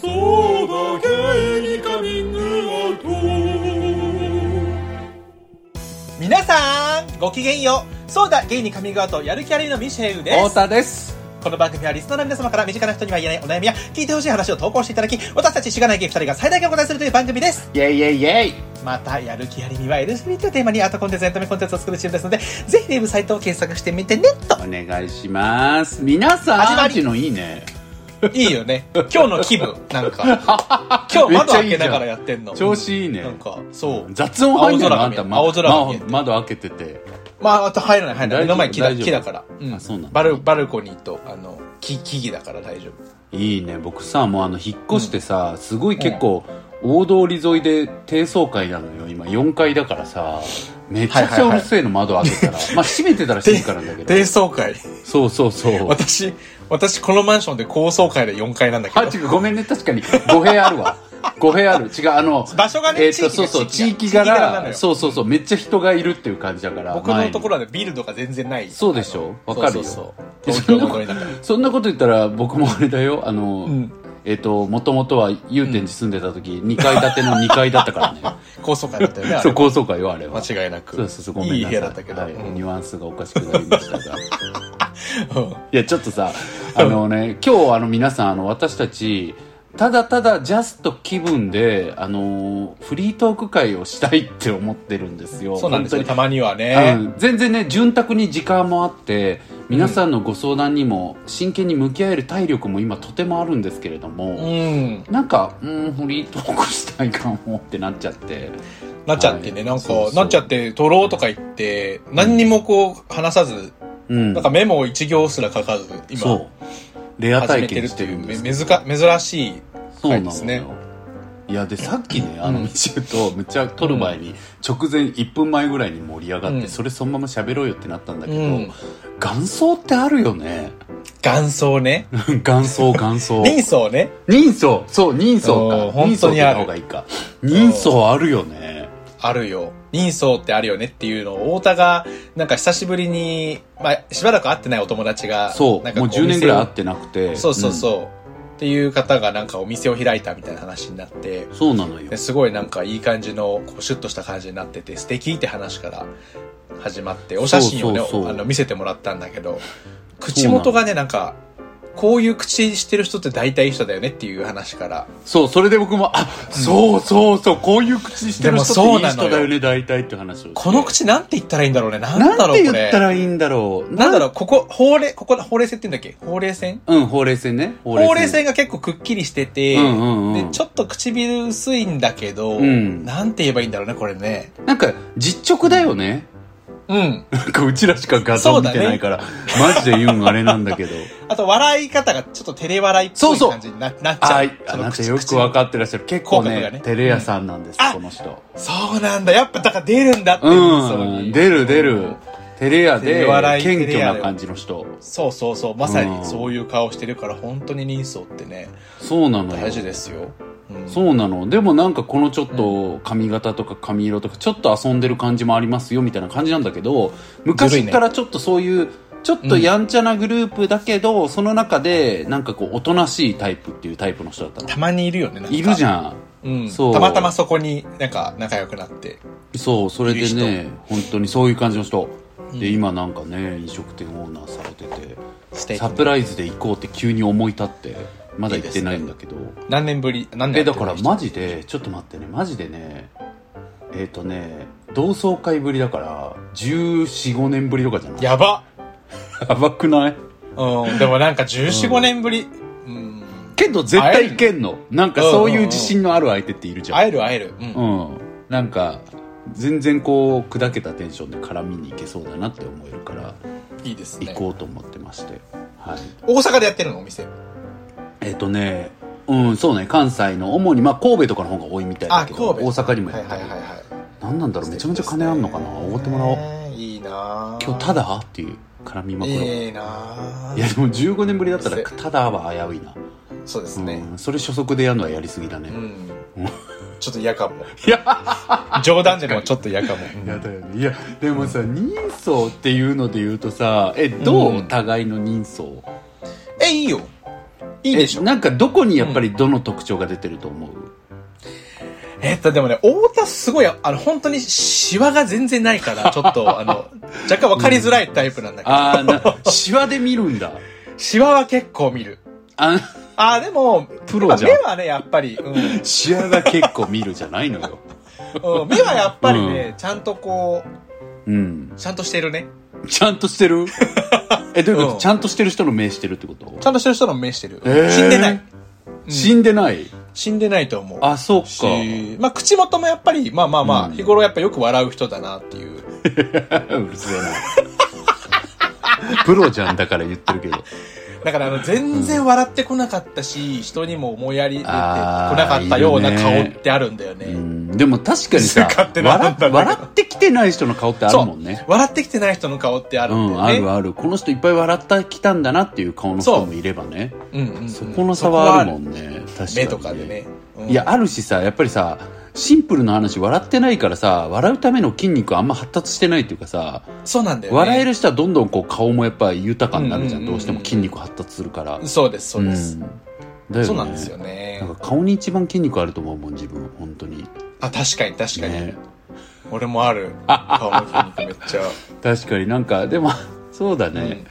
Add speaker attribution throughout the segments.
Speaker 1: そうだゲイにカミングアウト
Speaker 2: 皆さんごきげんようそうだゲイにカミングアウトやる気ありのミシェウで
Speaker 3: 太
Speaker 2: す
Speaker 3: 田です
Speaker 2: この番組はリスナーの皆様から身近な人には言えないお悩みや聞いてほしい話を投稿していただき私たちしがないゲイ2人が最大限お答えするという番組です
Speaker 3: イェイイェイイェイ
Speaker 2: またやる気ありみは LGBT をテーマにアートコンテンツエンタメコンテンツを作るチームですのでぜひウェブサイトを検索してみてねと
Speaker 3: お願いします皆さん
Speaker 2: 始ま
Speaker 3: ア
Speaker 2: り
Speaker 3: ンチのいいね
Speaker 2: いいよね今日の気分なんか 今日窓開けながらやってんの
Speaker 3: 調子いいね
Speaker 2: なんかそう
Speaker 3: 雑音入んの
Speaker 2: 青空が
Speaker 3: あん
Speaker 2: 見え
Speaker 3: た、ま、
Speaker 2: 青空が見えて
Speaker 3: ま窓開けてて
Speaker 2: まああと入らない入らない目の前木だ
Speaker 3: 大丈夫
Speaker 2: 木だから、うん、
Speaker 3: あそうなんだ
Speaker 2: バルバルコニーとあの木木々だから大丈夫
Speaker 3: いいね僕さもうあの引っ越してさ、すごい結構、大通り沿いで低層階なのよ今4階だからさめちゃくちゃうるせえの窓開けた ら、まあ閉めてたら閉めからんだけど
Speaker 2: 低層階
Speaker 3: そうそうそう
Speaker 2: 私私このマンションで高層階で4階なんだけ
Speaker 3: あ
Speaker 2: ど
Speaker 3: 違うごめんね確かに5部屋あるわ5部屋ある違うあの
Speaker 2: 場所がね
Speaker 3: えーと
Speaker 2: 地
Speaker 3: そ
Speaker 2: 域が
Speaker 3: うそう
Speaker 2: 地
Speaker 3: 地
Speaker 2: 域
Speaker 3: 域
Speaker 2: が地域柄な
Speaker 3: 柄
Speaker 2: のよ
Speaker 3: そうそうそうめっちゃ人がいるっていう感じだから
Speaker 2: 僕
Speaker 3: 前
Speaker 2: の
Speaker 3: に
Speaker 2: ところはねビルドが全然ない
Speaker 3: そうでしょ
Speaker 2: あの
Speaker 3: わかるよ
Speaker 2: そうそうそう東京のど田舎
Speaker 3: そんなこと言ったら僕もあれだよあの、
Speaker 2: ん
Speaker 3: えっ、ともともとは祐天寺住んでた時、2階建ての2階だった からね
Speaker 2: 高層階だったよねあ
Speaker 3: そ
Speaker 2: れ
Speaker 3: う高層階よあれは
Speaker 2: 間違いなく
Speaker 3: そうそうそうごめんなさい
Speaker 2: い部屋だったけど、
Speaker 3: はい
Speaker 2: うん
Speaker 3: ニュアンスがおかしくなりましたが
Speaker 2: うん
Speaker 3: いやちょっとさあのね今日あの皆さんあの私たちただただジャスト気分であのフリートーク会をしたいって思ってるんですよ
Speaker 2: そうなんですよ
Speaker 3: 本当
Speaker 2: た
Speaker 3: に
Speaker 2: まには
Speaker 3: う
Speaker 2: ね、
Speaker 3: ん全然ね潤沢に時間もあって皆さんのご相談にも真剣に向き合える体力も今とてもあるんですけれども、
Speaker 2: うん、
Speaker 3: なんか、うん、フリートークしたいかもってなっちゃって。
Speaker 2: なっちゃって
Speaker 3: は
Speaker 2: ね、
Speaker 3: い
Speaker 2: なんか
Speaker 3: そうそう
Speaker 2: なっちゃって撮ろうとか言って何にもこう話さず、
Speaker 3: うん。
Speaker 2: なんかメモを一行すら書かず
Speaker 3: そ
Speaker 2: 今
Speaker 3: う。レア
Speaker 2: 始め
Speaker 3: 体
Speaker 2: てる
Speaker 3: 験
Speaker 2: っ
Speaker 3: してて
Speaker 2: い
Speaker 3: るん
Speaker 2: う
Speaker 3: で
Speaker 2: め
Speaker 3: す
Speaker 2: めずか珍しい
Speaker 3: そうなの
Speaker 2: ですね
Speaker 3: よ。いや、で、さっきね、あの、
Speaker 2: うん
Speaker 3: ミシェと、むっちゃ撮る前に、直前、1分前ぐらいに盛り上がって、
Speaker 2: うん
Speaker 3: それそのまま喋ろうよってなったんだけど、
Speaker 2: うん
Speaker 3: 元祖ってあるよね。
Speaker 2: 元祖ね
Speaker 3: 元祖、元祖。
Speaker 2: 人相ね
Speaker 3: 人相そう、人相
Speaker 2: おー
Speaker 3: か。
Speaker 2: 本当に
Speaker 3: 人相って言っ
Speaker 2: ある
Speaker 3: た方がいいか。人相あるよね。
Speaker 2: あるよ。人相ってあるよねっていうのを、太田が、なんか久しぶりに、まあ、しばらく会ってないお友達が、
Speaker 3: そう、
Speaker 2: なんか
Speaker 3: もう10年ぐらい会ってなくて。
Speaker 2: てそうそうそう。っていう方がなんかお店を開いたみたいな話になって
Speaker 3: うん。、そうなのよ
Speaker 2: で。すごいなんかいい感じの、こうシュッとした感じになってて、素敵って話から始まって、お写真をね、
Speaker 3: そうそうそう
Speaker 2: あの見せてもらったんだけど、口元がね、なんか、こういう口してる人って大体いい人だよねっていう話から、
Speaker 3: そう、それで僕も、あ、そうそうそう、こういう口してる人っていい人だよね、大体って話をして。
Speaker 2: この口なんて言ったらいいんだろうね。なんだ
Speaker 3: なん
Speaker 2: ろう
Speaker 3: て言
Speaker 2: これ
Speaker 3: った。らいいんだろう。
Speaker 2: なんだろ
Speaker 3: う。
Speaker 2: う、ここ、ほうれ、ここ、ほうれい線って言うんだっけほうれい線
Speaker 3: うん、ほうれい線ね。ほ
Speaker 2: ほうれい線が結構くっきりしてて、
Speaker 3: うんうんうん
Speaker 2: で、ちょっと唇薄いんだけど、
Speaker 3: うん
Speaker 2: なんて言えばいいんだろうね、これね。
Speaker 3: なんか、実直だよね。
Speaker 2: うん。
Speaker 3: なんか、うちらしか画像見てないから、マジで言うんあれなんだ けど。
Speaker 2: あと、笑い方がちょっと照れ笑いっぽ
Speaker 3: そう
Speaker 2: い
Speaker 3: そう
Speaker 2: 感じにななっちゃう。
Speaker 3: はい。あ
Speaker 2: その
Speaker 3: なた
Speaker 2: 口
Speaker 3: よくわかってらっしゃる。結構
Speaker 2: 口角がね
Speaker 3: ね、テレ屋さんなんです
Speaker 2: うん、あ
Speaker 3: この人。
Speaker 2: 口そうなんだ。やっぱ、だから出るんだって、
Speaker 3: うん、出る出る。テレ屋
Speaker 2: 照れ
Speaker 3: で、
Speaker 2: 笑い
Speaker 3: 謙虚な感じの人。
Speaker 2: そうそうそう。まさにそういう顔してるから、本当に人相ってね、
Speaker 3: そうなのよ
Speaker 2: 大。事ですよ。うん
Speaker 3: そうなのでもなんかこのちょっと髪型とか髪色とかちょっと遊んでる感じもありますよみたいな感じなんだけど
Speaker 2: ずるい
Speaker 3: 昔
Speaker 2: ね
Speaker 3: からちょっとそういうちょっとやんちゃなグループだけど、その中でなんかこうおとなしいタイプっていうタイプの人だったの
Speaker 2: たまにいるよね、なんか
Speaker 3: いるじゃん
Speaker 2: うん。
Speaker 3: そう
Speaker 2: たまたまそこになんか仲良くなって。
Speaker 3: そうそれ
Speaker 2: いる
Speaker 3: でね
Speaker 2: 人
Speaker 3: 本当にそういう感じの人、
Speaker 2: うん
Speaker 3: で今なんかね飲食店オーナーされて
Speaker 2: ス
Speaker 3: て
Speaker 2: テーキ
Speaker 3: サプライズで行こうって急に思い立ってまだ行ってないんだけど
Speaker 2: 何年ぶり 何年
Speaker 3: えだからマ
Speaker 2: ジ
Speaker 3: ジでちょっと待ってねマジでねえっ、とね同窓会ぶりだから1415年ぶりとかじゃない
Speaker 2: やば
Speaker 3: やばくない
Speaker 2: うんでもなんか1415、
Speaker 3: うん
Speaker 2: 年ぶりうん
Speaker 3: けど絶対いけんのなんかそう
Speaker 2: うんうん
Speaker 3: いううん自信のある相手っているじゃん
Speaker 2: 会える会えるうん、
Speaker 3: うんなんか全然こう砕けたテンションで絡みに行けそうだなって思えるから
Speaker 2: いいです
Speaker 3: 行
Speaker 2: ね
Speaker 3: こうと思ってまして、はい
Speaker 2: 大阪でやってるのお店
Speaker 3: えっ、とねうんそうね関西の主にまあ神戸とかの方が多いみたいだけど
Speaker 2: あ神戸
Speaker 3: 大阪にも
Speaker 2: は
Speaker 3: や
Speaker 2: い
Speaker 3: った
Speaker 2: はい
Speaker 3: り、
Speaker 2: はいはい
Speaker 3: 何なんだろうめちゃめちゃ金あんのかなおごってもらおう
Speaker 2: ねえいいなぁ
Speaker 3: 今日ただっていう絡みまくろう、
Speaker 2: いいなぁ
Speaker 3: いやでも15年ぶりだったら
Speaker 2: せ
Speaker 3: ただは危ういな、
Speaker 2: そうです
Speaker 3: うん
Speaker 2: ね
Speaker 3: それ初速でやるのはやりすぎだね、
Speaker 2: うん、
Speaker 3: うん
Speaker 2: ちょっと嫌かも
Speaker 3: いや
Speaker 2: 冗談でもちょっと嫌かもうん
Speaker 3: やだよねいやでもさ人相っていうので言うとさえどう、
Speaker 2: うん
Speaker 3: 互いの人相
Speaker 2: えいいよいいでしょ
Speaker 3: えなんかどこにやっぱりどの特徴が出てると思う、
Speaker 2: えっと、でもね、太田すごい、あの、本当にシワが全然ないから、ちょっと、あの、若干わかりづらいタイプなんだけど、
Speaker 3: ああなシワで見るんだ
Speaker 2: シワは結構見る。
Speaker 3: あ
Speaker 2: ああ、でも、
Speaker 3: プロじゃん
Speaker 2: やっぱ目はね、やっぱり、 うん。うん
Speaker 3: シワが結構見るじゃないのよ
Speaker 2: 目はやっぱりね、ちゃんとこ
Speaker 3: うん
Speaker 2: う、ちゃんとしてるね。
Speaker 3: ちゃんとして るえどういうこと、
Speaker 2: うん
Speaker 3: ちゃんとしてる人の目してるってこと
Speaker 2: ちゃんとしてる人の目してる。
Speaker 3: へー
Speaker 2: 死んでない。
Speaker 3: 死んでない
Speaker 2: 死んでないと思う。
Speaker 3: あそうか
Speaker 2: しまあ、口元もやっぱり、まあまあまあ、
Speaker 3: うん
Speaker 2: 日頃やっぱよく笑う人だなっていう。
Speaker 3: うるせえな。プロじゃんだから言ってるけど。
Speaker 2: だから、あの、全然笑ってこなかったし、人にも思いやり出てこな
Speaker 3: あー
Speaker 2: かったようない
Speaker 3: る
Speaker 2: 顔
Speaker 3: ね
Speaker 2: ってあるんだよね。
Speaker 3: うん、でも確かにさ
Speaker 2: 勝手な判
Speaker 3: 笑、
Speaker 2: 断だけど
Speaker 3: 笑ってきてない人の顔ってあるもんね。
Speaker 2: 笑ってきてない人の顔ってあ
Speaker 3: う
Speaker 2: るん
Speaker 3: ん、
Speaker 2: だよ
Speaker 3: あ
Speaker 2: ね。
Speaker 3: るある。この人いっぱい笑ってきたんだなっていう顔の
Speaker 2: そ
Speaker 3: 人
Speaker 2: う
Speaker 3: もいればね。
Speaker 2: うんうんうん
Speaker 3: そこの差はあるもんね。確かに、
Speaker 2: 目とかでね。うん
Speaker 3: いや、あるしさ、やっぱりさ、シンプルな話、笑ってないからさ、笑うための筋肉あんま発達してないっていうかさ、
Speaker 2: そうなんだよね。
Speaker 3: 笑える人はどんどんこう顔もやっぱ豊かになるじゃ。
Speaker 2: うんんうん
Speaker 3: ど
Speaker 2: うん
Speaker 3: うしても筋肉発達するから。
Speaker 2: そうです、そうです。
Speaker 3: んだよね
Speaker 2: そうなんですよね
Speaker 3: なん。か顔に一番筋肉あると思うもん自分本当に
Speaker 2: あ、確かに確かに。
Speaker 3: ね
Speaker 2: 俺もある。顔の筋肉めっ ちゃ。
Speaker 3: 確かになんかでも そうだね、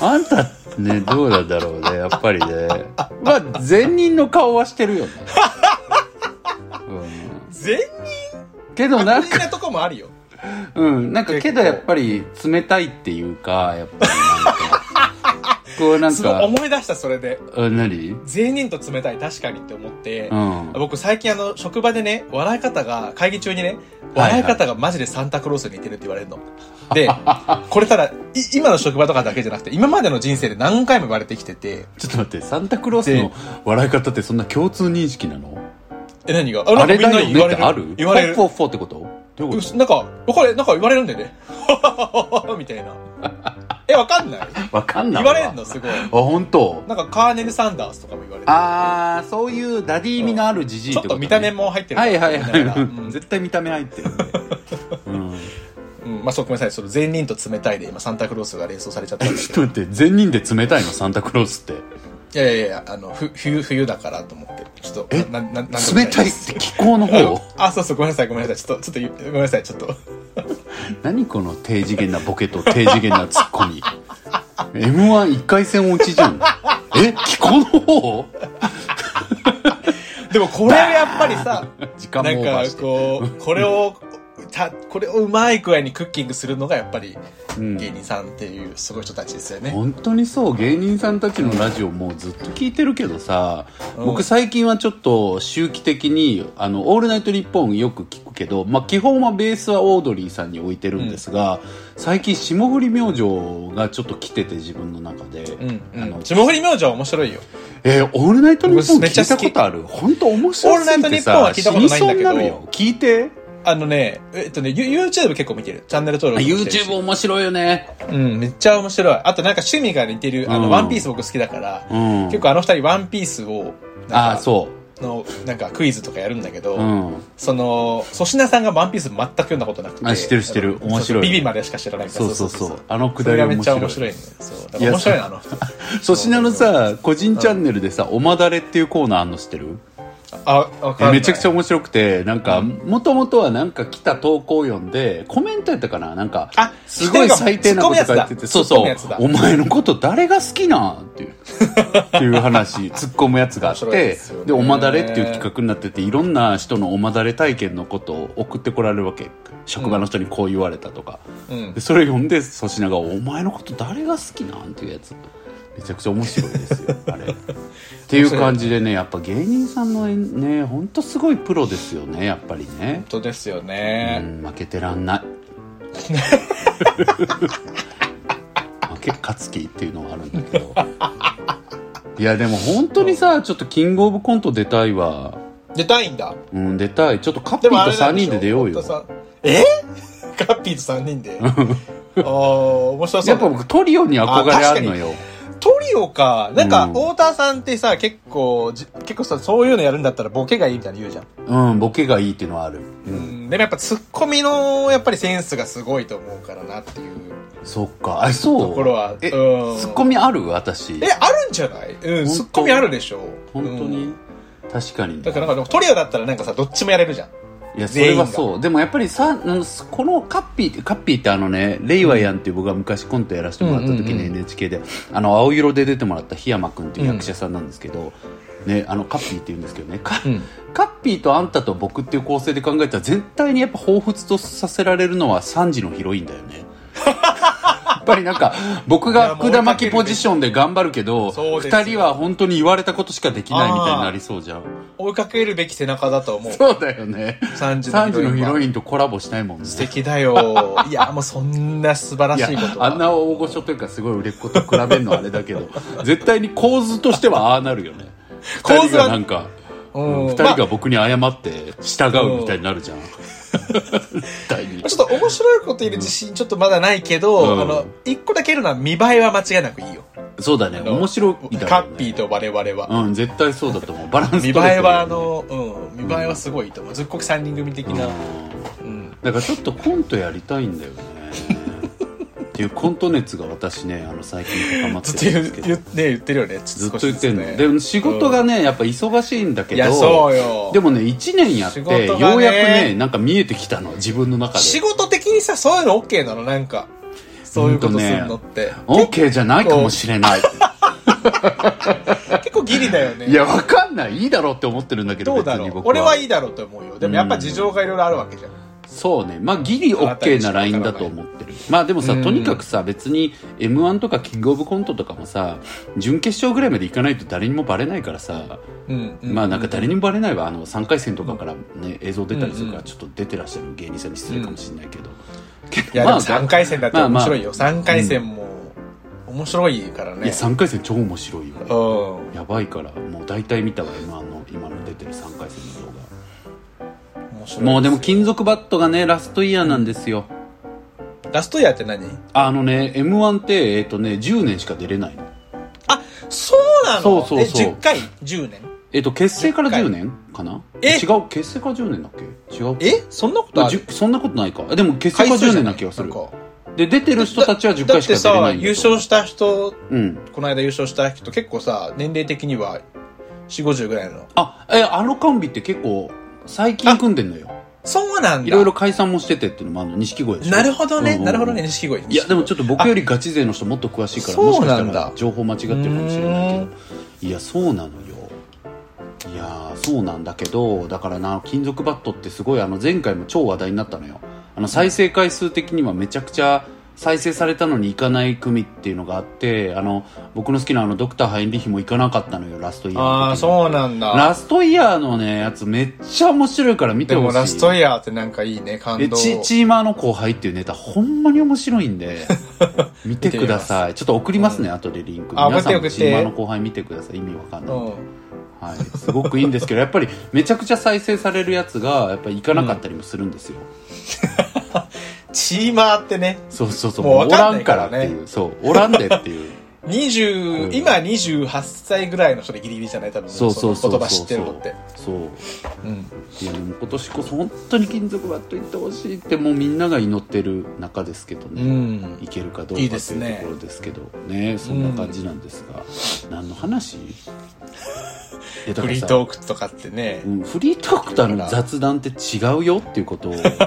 Speaker 3: あんたねどうなんだろう ねやっぱりねまあ善人の顔はしてる よね、う
Speaker 2: 全
Speaker 3: ん、
Speaker 2: 員
Speaker 3: けどなん
Speaker 2: 悪人
Speaker 3: か
Speaker 2: なとこもあるよ。
Speaker 3: うんなんかけどやっぱり冷たいっていうかやっぱりなんか こうなん
Speaker 2: すごい
Speaker 3: か
Speaker 2: 思い出した、それで。
Speaker 3: うん何
Speaker 2: 全人と冷たい、確かにって思って。
Speaker 3: うん
Speaker 2: 僕最近あの、職場でね、笑い方が、会議中にね、
Speaker 3: はい
Speaker 2: 笑い方がマジでサンタクロースに似てるって言われるの。で、これただ、い今の職場とかだけじゃなくて、今までの人生で何回も言われてきてて、
Speaker 3: ちょっと待ってサンタクロースの笑い方ってそんな共通認識なの
Speaker 2: え、何が
Speaker 3: あ
Speaker 2: あ
Speaker 3: れだよ
Speaker 2: みんな
Speaker 3: ねってある
Speaker 2: 言われる
Speaker 3: フォ。ッフォッフォッってことどういうこと
Speaker 2: うんなんか、わかる、なんか言われるんだよね。 みたいな。え、わかんない
Speaker 3: わかんない
Speaker 2: 言
Speaker 3: わ
Speaker 2: われんのすごい。
Speaker 3: あ本当
Speaker 2: なんかカーネル・サンダースとかも言われて。
Speaker 3: あーそういうダディ味のあるじじい
Speaker 2: ちょ
Speaker 3: っ
Speaker 2: って
Speaker 3: こと
Speaker 2: と
Speaker 3: ね、
Speaker 2: 見た目も入ってるか
Speaker 3: は
Speaker 2: ら
Speaker 3: いはいはい、
Speaker 2: だから
Speaker 3: うん
Speaker 2: うん
Speaker 3: 絶対見た目入 ってるんで、うん、
Speaker 2: うんまあそうごめんなさい、その善人と冷たいで今サンタクロースが連想されちゃったんです
Speaker 3: ち
Speaker 2: け
Speaker 3: ょっ
Speaker 2: ど。
Speaker 3: と待って善人で冷たいのサンタクロースって
Speaker 2: いやいやいや、あの、ふ冬、冬だからと思って。ちょっと、
Speaker 3: え
Speaker 2: なななんともな
Speaker 3: 冷たい
Speaker 2: で
Speaker 3: っ
Speaker 2: す
Speaker 3: て気候の方
Speaker 2: あ、そうそう、ごめんなさい、ごめんなさい。ちょっと、ちょっと、ごめんなさい、ちょっと。
Speaker 3: 何この低次元なボケと低次元なツッコミ m 1 1回戦落ちじゃんえ気候の方
Speaker 2: でもこれやっぱりさ、
Speaker 3: 時間も
Speaker 2: な
Speaker 3: オ
Speaker 2: ん
Speaker 3: ーバー
Speaker 2: か
Speaker 3: して
Speaker 2: こう、これを、た、これをうまい具合にクッキングするのがやっぱり
Speaker 3: うん
Speaker 2: 芸人さんっていうすごい人たちですよね。
Speaker 3: 本当にそう芸人さんたちのラジオもうずっと聞いてるけどさ、
Speaker 2: うん
Speaker 3: 僕最近はちょっと周期的に「あのオールナイトニッポン」よく聞くけど、まあ、基本はベースはオードリーさんに置いてるんですが、最近霜降り明星がちょっと来てて自分の中で、
Speaker 2: うん、う
Speaker 3: あの
Speaker 2: ん。霜降り明星は面白いよ。
Speaker 3: えーオールナイトニッポン」
Speaker 2: 僕めっ
Speaker 3: 聞
Speaker 2: ち
Speaker 3: い
Speaker 2: ゃ好
Speaker 3: た
Speaker 2: き
Speaker 3: ことある本当面白すぎて
Speaker 2: オール
Speaker 3: さ
Speaker 2: ナイトニッポンは聞いたことないん
Speaker 3: 死にそ
Speaker 2: だけど
Speaker 3: うになるよ聞いて
Speaker 2: あのね、えっとね、ユ YouTube 結構見てる。チャンネル登
Speaker 3: あ
Speaker 2: 録もしてるし。
Speaker 3: YouTube 面白いよね
Speaker 2: うん、めっちゃ面白い。あとなんか趣味が似てる、あ
Speaker 3: う
Speaker 2: の、
Speaker 3: ん
Speaker 2: ワンピース僕好きだから、
Speaker 3: うん
Speaker 2: 結構あの二人ワンピースを、
Speaker 3: あ
Speaker 2: な
Speaker 3: あ
Speaker 2: んか
Speaker 3: そ
Speaker 2: の、なんかクイズとかやるんだけど、
Speaker 3: ううん
Speaker 2: その、粗品さんがワンピース全く読んだことなくて。
Speaker 3: あ知ってる知ってる
Speaker 2: あの
Speaker 3: 面白い
Speaker 2: そうそうビビまでしか知らないから。
Speaker 3: そうそうそうあ
Speaker 2: あ
Speaker 3: のく
Speaker 2: そ
Speaker 3: だり
Speaker 2: れがめっ
Speaker 3: 面
Speaker 2: ちゃ
Speaker 3: 白
Speaker 2: 面
Speaker 3: い
Speaker 2: 白いのよ。そう。だか
Speaker 3: いや
Speaker 2: ら面白いな、あの。
Speaker 3: 粗品のさ個人チャンネルでさ「おまだれ」っていうコーナーあんの知ってる
Speaker 2: あ、わかんない
Speaker 3: めちゃくちゃ面白くてなんかもともとはなんか来た投稿を読んでコメントやったかななんか
Speaker 2: あ
Speaker 3: すごい
Speaker 2: 来てるかも
Speaker 3: 最低なこと書いてて
Speaker 2: ツ
Speaker 3: そう
Speaker 2: ッコ
Speaker 3: そ
Speaker 2: む
Speaker 3: う
Speaker 2: やつだ
Speaker 3: 「お前のこと誰が好きなん?」っていう っていう話突っ込むやつがあっ
Speaker 2: 面白いで
Speaker 3: て
Speaker 2: すよね
Speaker 3: で「おまだれ」っていう企画になってていろんな人のおまだれ体験のことを送ってこられるわけ職場の人にこう言われたとか、
Speaker 2: うん
Speaker 3: で。それ読んで粗品が「お前のこと誰が好きなん?」っていうやつめちゃくちゃ面白いですよあれっていう感じでねやっぱ芸人さんのねほんとすごいプロですよねやっぱりね、
Speaker 2: 本当ですよ
Speaker 3: う
Speaker 2: ね。
Speaker 3: ん、負けてらんない負け勝つ気っていうのがあるんだけどいやでも本当にさちょっとキングオブコント出たいわ
Speaker 2: 出たいんだ。
Speaker 3: うん出たいちょっとカッピ
Speaker 2: で
Speaker 3: ーと
Speaker 2: もあれな
Speaker 3: 3
Speaker 2: んし
Speaker 3: 人
Speaker 2: ょ
Speaker 3: で出ようよ
Speaker 2: 堀田さんえ カッピーと3人で。ああ、面白そう。
Speaker 3: やっぱ僕トリオに憧れあるのよ
Speaker 2: トリオか。なんか、
Speaker 3: うん
Speaker 2: 太田さんってさ、結構、じ結構さ、そういうのやるんだったらボケがいいみたいに言うじゃん。
Speaker 3: うん、ボケがいいっていうのはある。う。
Speaker 2: うんん。でもやっぱツッコミの、やっぱりセンスがすごいと思うからなっていう
Speaker 3: そっか。あ、そう。
Speaker 2: ところは。
Speaker 3: え、
Speaker 2: うん
Speaker 3: ツッコミある私。
Speaker 2: え、あるんじゃないうん、
Speaker 3: 当
Speaker 2: ツッコミあるでしょ。
Speaker 3: 本当
Speaker 2: う
Speaker 3: に、
Speaker 2: ん
Speaker 3: 確かに。
Speaker 2: だからなんか、トリオだったらなんかさ、どっちもやれるじゃん。
Speaker 3: いや、そ
Speaker 2: 全
Speaker 3: れ
Speaker 2: 員が
Speaker 3: はそう。でもやっぱりさ、うんこのカッピーって、カッピーってあのね、レイワイアンっていう僕が昔コントやらせてもらった時
Speaker 2: うんうん
Speaker 3: に
Speaker 2: うん
Speaker 3: NHK で、あの、青色で出てもらった檜山くんっていう役者さんなんですけど、ね、あの、カッピーって言うんですけどね、カ
Speaker 2: うん
Speaker 3: カッピーとあんたと僕っていう構成で考えたら、絶対にやっぱ彷彿とさせられるのは3時のヒロインだよね。やっぱりなんか、僕
Speaker 2: いや
Speaker 3: が
Speaker 2: もう
Speaker 3: 福田巻きポジションで頑張るけど、
Speaker 2: そうですよ
Speaker 3: 二人は本当に言われたことしかできないみたいになりそうじゃん。
Speaker 2: 追いかけるべき背中だと思う。
Speaker 3: そうだよね。
Speaker 2: 3時の
Speaker 3: 3
Speaker 2: ヒ
Speaker 3: 時
Speaker 2: ロイン
Speaker 3: の
Speaker 2: は
Speaker 3: ヒロインとコラボしたいもんね。
Speaker 2: 素敵 だよ。いや、もうそんな素晴
Speaker 3: い
Speaker 2: ら
Speaker 3: や
Speaker 2: しいことは。
Speaker 3: あんな大御所というかすごい売れっ子と比べるのはあれだけど 絶対に構図としてはああなるよね
Speaker 2: 構図
Speaker 3: 二人
Speaker 2: は
Speaker 3: がなんか、
Speaker 2: うん
Speaker 3: 2人が僕に謝って従うみたいになる じゃん、絶対に
Speaker 2: まあちょっと面白いこといる自信ちょっとまだないけど、
Speaker 3: うん
Speaker 2: あの、一個だけ言えるのは見栄えは間違いなくいいよ。
Speaker 3: そうだね
Speaker 2: あの
Speaker 3: 面白いだろうね
Speaker 2: カッピーと我々は。
Speaker 3: うん絶対そうだと思うバランス
Speaker 2: 見栄
Speaker 3: 取れてるよね
Speaker 2: えはあの、うん、見栄えはすごいと思う。ずっこく三人組的
Speaker 3: うん
Speaker 2: な。うん。
Speaker 3: だからちょっとコントやりたいんだよ ねっていうコント熱が私ねあの最近高まっ
Speaker 2: ずってと
Speaker 3: るん
Speaker 2: 言
Speaker 3: ですけ
Speaker 2: う
Speaker 3: ど
Speaker 2: 言うね、言ってるよね。
Speaker 3: ずっと言ってんの、
Speaker 2: 少しずつね
Speaker 3: でも仕事がね、やっぱ忙しいんだけ
Speaker 2: い
Speaker 3: ど
Speaker 2: や、そうよ。
Speaker 3: でもね1年やってよ
Speaker 2: 仕事がね
Speaker 3: うやくねなんか見えてきたの自分の中で
Speaker 2: 仕事的にさ、そういうの OK なのなんか。そういうことするのって。
Speaker 3: OK じゃないかもしれない
Speaker 2: 結構ギリだよね。
Speaker 3: いやわかんないいいだろうって思ってるんだけど
Speaker 2: どうだ
Speaker 3: 別
Speaker 2: ろ
Speaker 3: に
Speaker 2: う
Speaker 3: 僕
Speaker 2: 俺はい
Speaker 3: い
Speaker 2: いだろうと思うよ。でもやっぱ事情がいろいろあるわけじゃん。
Speaker 3: そうねまあギリ OK なラインだと思ってるまあでもさ
Speaker 2: うん
Speaker 3: とにかくさ別に m 1とかキングオブコントとかもさ準決勝ぐらいまでいかないと誰にもバレないからさ
Speaker 2: うん。う
Speaker 3: まあなんか誰にもバレないわあの3回戦とかからね映像出たりするか
Speaker 2: う
Speaker 3: ら
Speaker 2: ん
Speaker 3: ちょっと出てらっしゃる芸人さんに失礼かもしれないけど
Speaker 2: いや、で
Speaker 3: まあ
Speaker 2: も3回戦だって
Speaker 3: まあま
Speaker 2: 面
Speaker 3: あ
Speaker 2: 白いよ。3回戦も面白いから
Speaker 3: い
Speaker 2: ね
Speaker 3: や。3回戦超面白いよ
Speaker 2: うん。
Speaker 3: やばいからもう大体見たわ m 1の今の出てる3回戦の動画
Speaker 2: 面白い。
Speaker 3: もうでも、金属バットがねラストイヤーなんですよ
Speaker 2: ラストイヤーって何
Speaker 3: あのね m 1ってえっ、とね10年しか出れないの
Speaker 2: あ、そうなの
Speaker 3: そうそうそう
Speaker 2: え、10回 ?10 年
Speaker 3: えっ、と結成から10年かな
Speaker 2: え
Speaker 3: 違う結成から10年だっけ違う
Speaker 2: えそんなこと
Speaker 3: まあ
Speaker 2: あ
Speaker 3: じ
Speaker 2: る
Speaker 3: ゅそんなことないかでも結成から10年な気がする
Speaker 2: なんか
Speaker 3: で出てる人たちは10
Speaker 2: だ
Speaker 3: 回
Speaker 2: っ
Speaker 3: しか出
Speaker 2: て
Speaker 3: れ
Speaker 2: さ、
Speaker 3: ないんだと
Speaker 2: 優勝した人、
Speaker 3: うん
Speaker 2: この間優勝した人結構さ、年齢的には4、50ぐらいの。
Speaker 3: あえあのコンビって結構最近組んでんのよ
Speaker 2: そうなんだ。
Speaker 3: いろいろ解散もしててっていうのもあるの錦鯉でしょ
Speaker 2: なるほど
Speaker 3: うん
Speaker 2: ね。
Speaker 3: うんうん
Speaker 2: なるほどね。錦鯉。
Speaker 3: いやでもちょっと僕よりガチ勢の人もっと詳しいからもしかした
Speaker 2: そうなん
Speaker 3: ら
Speaker 2: だ
Speaker 3: 情報間違ってるかもしれない
Speaker 2: うー
Speaker 3: けどいやそうなのよいやーそうなんだけどだからな金属バットってすごいあの前回も超話題になったのよあの再生回数的にはめちゃくちゃ再生されたのに行かない組っていうのがあってあの僕の好きなあのドクターハインリヒも行かなかったのよラストイヤーの時に
Speaker 2: ああ、そうなんだ。
Speaker 3: ラストイヤーのねやつめっちゃ面白いから見て
Speaker 2: で
Speaker 3: ほ
Speaker 2: も
Speaker 3: しい
Speaker 2: ラストイヤーってなんかいいね、感
Speaker 3: え
Speaker 2: 動。
Speaker 3: チチーマーの後輩っていうネタほんまに面白いん で見てくださいちょっと送りますね、後でリンク
Speaker 2: あ
Speaker 3: 皆さん
Speaker 2: 送
Speaker 3: も
Speaker 2: って送って
Speaker 3: チーマーの後輩見てください意味わかん
Speaker 2: う
Speaker 3: ない、
Speaker 2: ん。
Speaker 3: はい、すごくいいんですけどやっぱりめちゃくちゃ再生されるやつがやっぱり行かなかったりもするんですよ、
Speaker 2: チーマーってね、
Speaker 3: そうそうそう
Speaker 2: もうわ
Speaker 3: お
Speaker 2: からんなんい
Speaker 3: か
Speaker 2: か
Speaker 3: ら
Speaker 2: ら
Speaker 3: っ
Speaker 2: ね
Speaker 3: ていうそうおらんでって いう
Speaker 2: 20、
Speaker 3: うん
Speaker 2: 今28歳ぐらいの人でギリギリじゃない多分
Speaker 3: そうそうそうそう
Speaker 2: の言葉知ってるのって。
Speaker 3: そう
Speaker 2: うん。
Speaker 3: いやでも今年こそ本当に金属バット行ってほしいってもうみんなが祈ってる中ですけどね、
Speaker 2: うん
Speaker 3: い。けるかどうか
Speaker 2: い
Speaker 3: とい
Speaker 2: いで
Speaker 3: う
Speaker 2: すね
Speaker 3: ところですけどねそんな感じなんですが、何の 話いやだ
Speaker 2: フ
Speaker 3: から
Speaker 2: リー
Speaker 3: さ
Speaker 2: トークとかってね
Speaker 3: う。んフリートークとあの雑談って違うよっていうことを 私た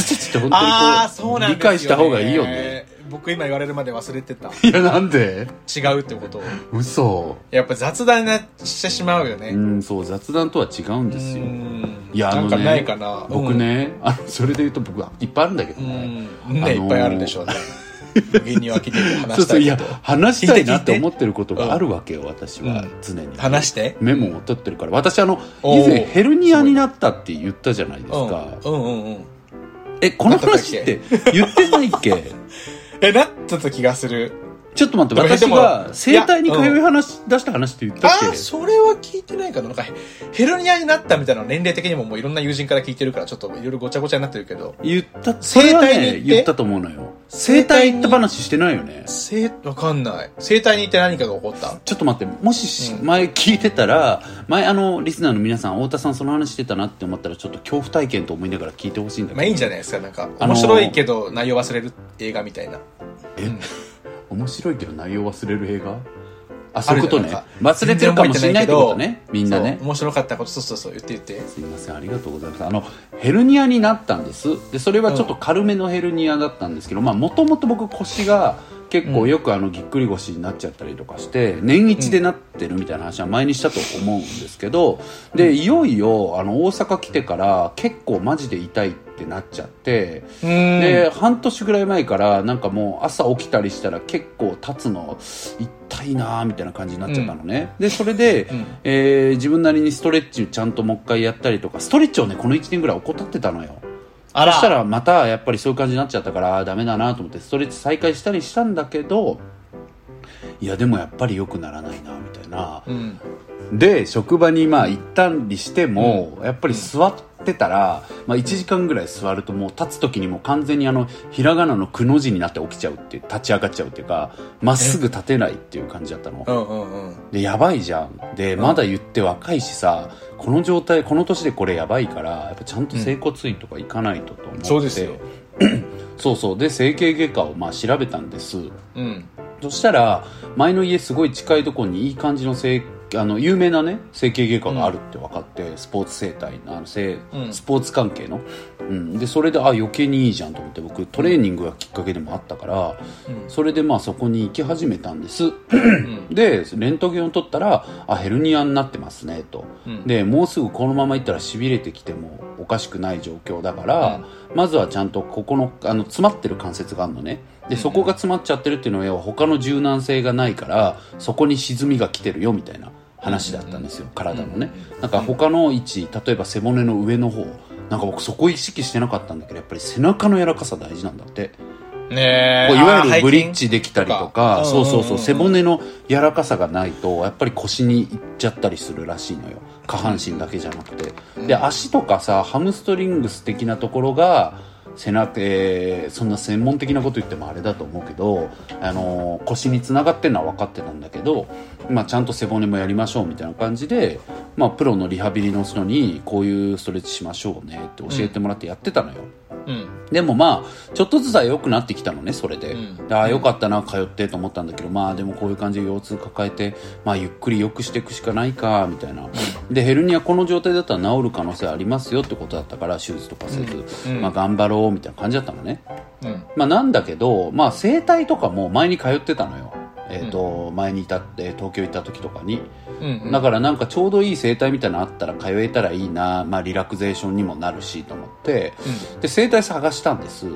Speaker 3: ちって本
Speaker 2: ああ、
Speaker 3: 当に
Speaker 2: そう
Speaker 3: こう
Speaker 2: なんですよ、ね。
Speaker 3: 理解した方がいいよね。
Speaker 2: 僕今言われるまで忘れてた。
Speaker 3: いやなんで
Speaker 2: 違うってことを。
Speaker 3: 嘘
Speaker 2: やっぱ雑談になしてしまうよね。
Speaker 3: うんそう雑談とは違うんですよ
Speaker 2: うん
Speaker 3: いやあのね
Speaker 2: なんかないかな。
Speaker 3: 僕ね、あのそれで言うと僕はいっぱいあるんだけど
Speaker 2: うん。う
Speaker 3: ね、
Speaker 2: ん。ね、
Speaker 3: あのー
Speaker 2: いっぱいあるでしょうね。無限に湧き出て
Speaker 3: そう
Speaker 2: 話した
Speaker 3: そうい
Speaker 2: い
Speaker 3: や
Speaker 2: こと。
Speaker 3: 話したいな
Speaker 2: 聞い
Speaker 3: って
Speaker 2: 聞いて
Speaker 3: て思ってることがあるわけよ私
Speaker 2: う
Speaker 3: は
Speaker 2: ん
Speaker 3: 常に
Speaker 2: 話して。
Speaker 3: メモを取ってるから私あの以
Speaker 2: おー
Speaker 3: 前ヘルニアになったって言ったじゃないです
Speaker 2: うん。
Speaker 3: か、
Speaker 2: うんうんうん。
Speaker 3: えこの話って言ってないっけ
Speaker 2: え、なってた気がする。
Speaker 3: ちょっと待って
Speaker 2: だから
Speaker 3: 私
Speaker 2: でも
Speaker 3: が整体に通
Speaker 2: いやう
Speaker 3: い
Speaker 2: ん
Speaker 3: 話、出した話って言ったっ
Speaker 2: ああ、
Speaker 3: け
Speaker 2: それは聞いてないかな。なんか、ヘルニアになったみたいなの年齢的にももういろんな友人から聞いてるから、ちょっといろいろごちゃごちゃになってるけど。
Speaker 3: 言ったそれは
Speaker 2: 整体に行
Speaker 3: ね
Speaker 2: って
Speaker 3: 言ったと思うのよ生体行った話してないよね
Speaker 2: 生、わかんない。生体に行って何かが起こった
Speaker 3: ちょっと待ってもしし
Speaker 2: うん
Speaker 3: 前聞いてたら、前あのリスナーの皆さん太田さんその話してたなって思ったらちょっと恐怖体験と思いながら聞いてほしいんだけど、
Speaker 2: まあいいんじゃないですか、なんか。
Speaker 3: あの
Speaker 2: 面白いけど内容忘れる映画みたいな。
Speaker 3: え面白いけど内容忘れる映画あそ
Speaker 2: あ
Speaker 3: うい
Speaker 2: る
Speaker 3: う
Speaker 2: じ
Speaker 3: こ
Speaker 2: ゃ
Speaker 3: と
Speaker 2: ない
Speaker 3: ね忘れてるかもしれないってことねみんなね
Speaker 2: そう面白かったこと、そうそうそう、言って言って。
Speaker 3: すいませんありがとうございますあのヘルニアになったんですでそれはちょっと軽めのヘルニアだったんですけどもともと僕腰が結構よくあのぎっくり腰になっちゃったりとかして年一でなってるみたいな話は前にしたと思うんですけどでいよいよあの大阪来てから結構マジで痛いってなっちゃって
Speaker 2: うーん
Speaker 3: で半年ぐらい前からなんかもう朝起きたりしたら結構立つの痛いなーみたいな感じになっちゃったのね、でそれで、
Speaker 2: うん
Speaker 3: えー自分なりにストレッチをちゃんともう一回やったりとかストレッチをねこの1年ぐらい怠ってたのよ
Speaker 2: あ
Speaker 3: そした
Speaker 2: ら、
Speaker 3: らまたやっぱりそういう感じになっちゃったからあーダメだなと思ってストレッチ再開したりしたんだけどいやでもやっぱり良くならないなみたいな
Speaker 2: うん。
Speaker 3: で職場にまあ行ったりしても、やっぱり座ってたら、まあ、1時間ぐらい座るともう立つ時にもう完全にあのひらがなのくの字になって起きちゃうっていう立ち上がっちゃうっていうかまっすぐ立てないっていう感じだったの
Speaker 2: うんうんうん。
Speaker 3: でやばいじゃんでまだ言って若いしさこの状態この年でこれやばいからやっぱちゃんと整骨院とか行かないとと思って、
Speaker 2: そうですよ。
Speaker 3: そうそうで整形外科をまあ調べたんです
Speaker 2: うん。
Speaker 3: そしたら前の家すごい近いところにいい感じの整あの有名なね整形外科があるって分かって、スポーツ整体あの整
Speaker 2: うん
Speaker 3: スポーツ関係の、うん、でそれであ余計にいいじゃんと思って僕トレーニングがきっかけでもあったから、
Speaker 2: うん
Speaker 3: それでまあそこに行き始めたんです、
Speaker 2: ん
Speaker 3: でレントゲンを取ったらあヘルニアになってますねと、
Speaker 2: うん
Speaker 3: でもうすぐこのまま行ったらしびれてきてもおかしくない状況だから、まずはちゃんとここのあの詰まってる関節があるのねでそこが詰まっちゃってるっていうのは要は他の柔軟性がないからそこに沈みが来てるよみたいな話だったんですよ、体のね、なんか他の位置例えば背骨の上の方なんか僕そこ意識してなかったんだけどやっぱり背中の柔らかさ大事なんだって
Speaker 2: ね
Speaker 3: こ
Speaker 2: え。
Speaker 3: ういわゆ
Speaker 2: あ
Speaker 3: る
Speaker 2: ー
Speaker 3: ブリッジできたりとか、
Speaker 2: 背筋
Speaker 3: そ
Speaker 2: と
Speaker 3: うそ
Speaker 2: か
Speaker 3: うそう、
Speaker 2: んんん
Speaker 3: 背骨の柔らかさがないと、やっぱり腰にいっちゃったりするらしいのよ。下半身だけじゃなくて。で、足とかさ、ハムストリングス的なところが、背中、えーそんな専門的なこと言ってもあれだと思うけど、あのー腰につながってるのは分かってたんだけど、まあ、ちゃんと背骨もやりましょうみたいな感じで、まあ、プロのリハビリの人にこういうストレッチしましょうねって教えてもらってやってたのよ、
Speaker 2: うん。
Speaker 3: でもまあ、ちょっとずつは良くなってきたのね、それで。
Speaker 2: う
Speaker 3: ああ、良かったな、通ってと思ったんだけど、まあでもこういう感じで腰痛抱えて、まあゆっくり良くしていくしかないか、みたいな。で、ヘルニアこの状態だったら治る可能性ありますよってことだったから、手術とかせず、
Speaker 2: うんうん
Speaker 3: まあ頑張ろう、みたいな感じだったのね。
Speaker 2: うん。
Speaker 3: まあなんだけど、まあ整体とかも前に通ってたのよ。えっ、と、前にいたって、東京行った時とかに。
Speaker 2: うん。
Speaker 3: だからなんかちょうどいい整体みたいなのあったら通えたらいいな、まあ、リラクゼーションにもなるしと思って、で整体探したんです、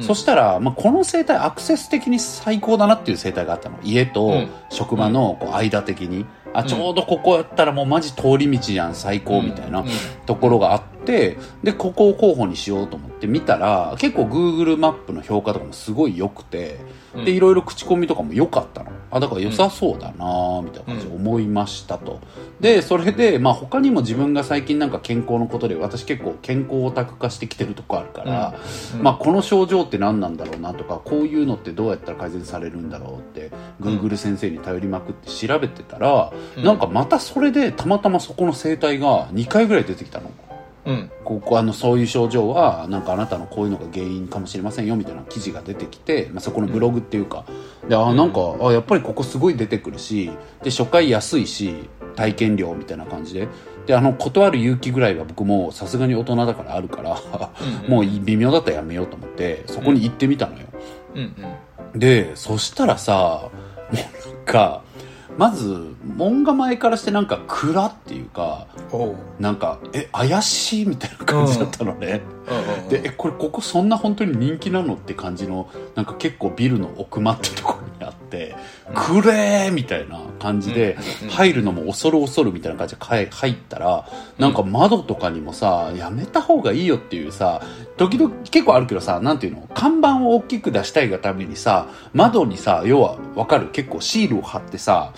Speaker 3: そしたら、まあ、この整体アクセス的に最高だなっていう整体があったの家
Speaker 2: う
Speaker 3: と
Speaker 2: ん
Speaker 3: 職場のこう間的に、あちょうどここやったらもうマジ通り道じゃん最高みたいな、
Speaker 2: うんうん
Speaker 3: ところがあってでここを候補にしようと思って見たら結構 Google マップの評価とかもすごい良くてでいろいろ口コミとかも良かったのあだから良さそうだなーみたいな感じで思いましたと、でそれで、まあ、他にも自分が最近なんか健康のことで私結構健康オタク化してきてるとこあるから、まあ、この症状って何なんだろうなとかこういうのってどうやったら改善されるんだろうって Google 先生に頼りまくって調べてたら、なんかまたそれでたまたまそこの生態が2回ぐらい出てきたの。
Speaker 2: うん。
Speaker 3: ここあのそういう症状はなんかあなたのこういうのが原因かもしれませんよみたいな記事が出てきて、まあ、そこのブログっていうか、であなんかあやっぱりここすごい出てくるしで初回安いし体験料みたいな感じでであの断る勇気ぐらいは僕もうさすがに大人だからあるから、 もう微妙だったらやめようと思ってそこに行ってみたのよ、
Speaker 2: うんうん。
Speaker 3: でそしたらさもうなんかまず門構えからしてなんか暗っていうか
Speaker 2: おう。
Speaker 3: なんかえ怪しいみたいな感じだったのね、でえこれここそんな本当に人気なのって感じのなんか結構ビルの奥まってところにあって「くれ!」みたいな感じで入るのも恐る恐るみたいな感じでかえ入ったらなんか窓とかにもさやめた方がいいよっていうさ時々結構あるけどさなんていうの看板を大きく出したいがためにさ窓にさ要はわかる結構シールを貼ってさ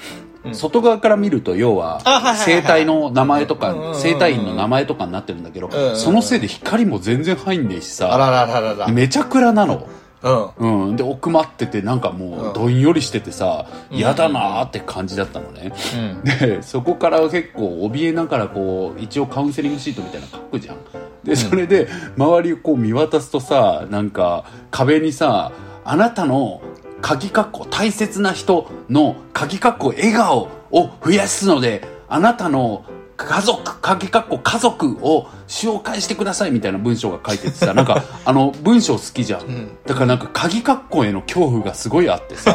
Speaker 3: 外側から見ると要は
Speaker 2: あはいはいはい
Speaker 3: 生体の名前と
Speaker 2: うんうんうんう
Speaker 3: か
Speaker 2: ん
Speaker 3: 生体院の名前とかになってるんだけど
Speaker 2: んうんうん
Speaker 3: そのせいで光も全然入んねえしさ
Speaker 2: あららららら。
Speaker 3: めちゃくらなの
Speaker 2: うん。
Speaker 3: うん、で奥まっててなんかも
Speaker 2: うん
Speaker 3: うどんよりしててさ
Speaker 2: うん
Speaker 3: 嫌、だなーって感じだったのね、
Speaker 2: うん。
Speaker 3: でそこから結構怯えながらこう一応カウンセリングシートみたいなの書くじゃんでそれで周りをこう見渡すとさなんか壁にさ「あなたの鍵括弧大切な人の鍵括弧笑顔を増やすのであなたの家族鍵括弧家族を紹介してください」みたいな文章が書いててさなんかあの文章好きじゃん、
Speaker 2: ん
Speaker 3: だからなんか鍵括弧への恐怖がすごいあってさ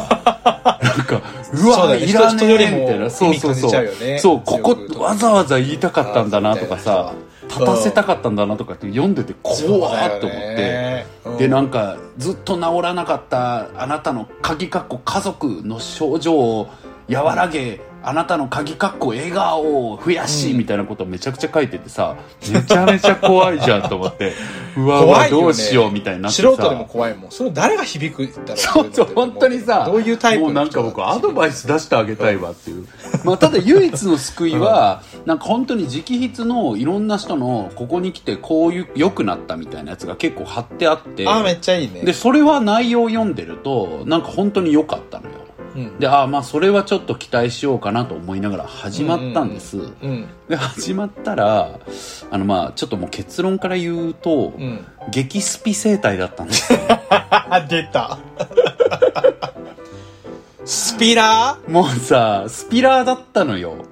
Speaker 3: なんかう
Speaker 2: そう
Speaker 3: わ
Speaker 2: だよね
Speaker 3: いらね
Speaker 2: 人より
Speaker 3: え
Speaker 2: も
Speaker 3: みたいなそうそう
Speaker 2: 意味感じち
Speaker 3: そ
Speaker 2: ゃ
Speaker 3: う
Speaker 2: うよね
Speaker 3: そうこ
Speaker 2: 強くと
Speaker 3: こわざわざ言いたかったんだなとかさ
Speaker 2: あーそ
Speaker 3: 立
Speaker 2: うだよね
Speaker 3: たせたかったんだなとかって読んでて怖ーっと思って。でなんかずっと治らなかったあなたの鍵括弧家族の症状を和らげ、あなたの鍵括弧笑顔を増やし、
Speaker 2: うん
Speaker 3: みたいなことをめちゃくちゃ書いててさめちゃめちゃ怖いじゃんと思って うわう
Speaker 2: 怖
Speaker 3: わ
Speaker 2: いよね
Speaker 3: どうしようみたいになってさ
Speaker 2: 素人でも怖いもん。それ誰が響くだろう
Speaker 3: そうそう本当にさ
Speaker 2: どういうタイプ
Speaker 3: もうなんか僕アドバ
Speaker 2: イ
Speaker 3: イス出してあげたいわっていう、 まあ、ただ唯一の救いは、なんか本当に直筆のいろんな人のここに来てこういう良くなったみたいなやつが結構貼ってあって
Speaker 2: あ、めっちゃいいね。
Speaker 3: でそれは内容を読んでるとなんか本当に良かったのよ
Speaker 2: うん、
Speaker 3: でああまあそれはちょっと期待しようかなと思いながら始まったんです、
Speaker 2: うん。
Speaker 3: で始まったらあのまあちょっともう結論から言うと、
Speaker 2: うん。
Speaker 3: 激スピ生態だったんですよ
Speaker 2: あ、出 た。スピラー
Speaker 3: もうさスピラーだったのよ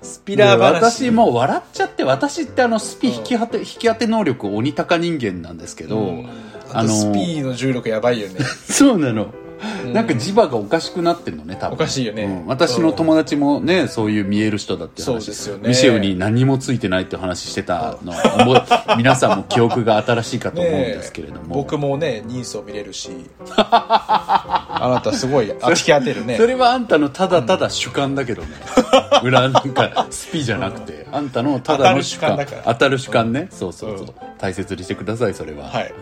Speaker 2: スピラー
Speaker 3: で
Speaker 2: 話。
Speaker 3: 私もう笑っちゃって私ってあのスピ引き当て,、引き当て能力鬼高人間なんですけど、
Speaker 2: うん、あ
Speaker 3: あの
Speaker 2: とスピーの重力やばい よね。
Speaker 3: そうなの
Speaker 2: う
Speaker 3: なんか磁場がおかしくなってんのね多分
Speaker 2: おかしいよね
Speaker 3: うん私の友達もねそういう見える人だって話
Speaker 2: そうですよね
Speaker 3: ミシェウに何もついてないって話してたのもう 皆さんも記憶が新しいかと思うんですけれども、
Speaker 2: 僕もね人相見 れるしあなたすごいあ引き当てるね
Speaker 3: それはあんたのただただ主観だけどね、裏なんかスピじゃなくて、あんたのただの主観
Speaker 2: 当たる主観だから
Speaker 3: 当たる主観ね、そうそうそう、
Speaker 2: うん
Speaker 3: 大切にしてくださいそれは、
Speaker 2: はい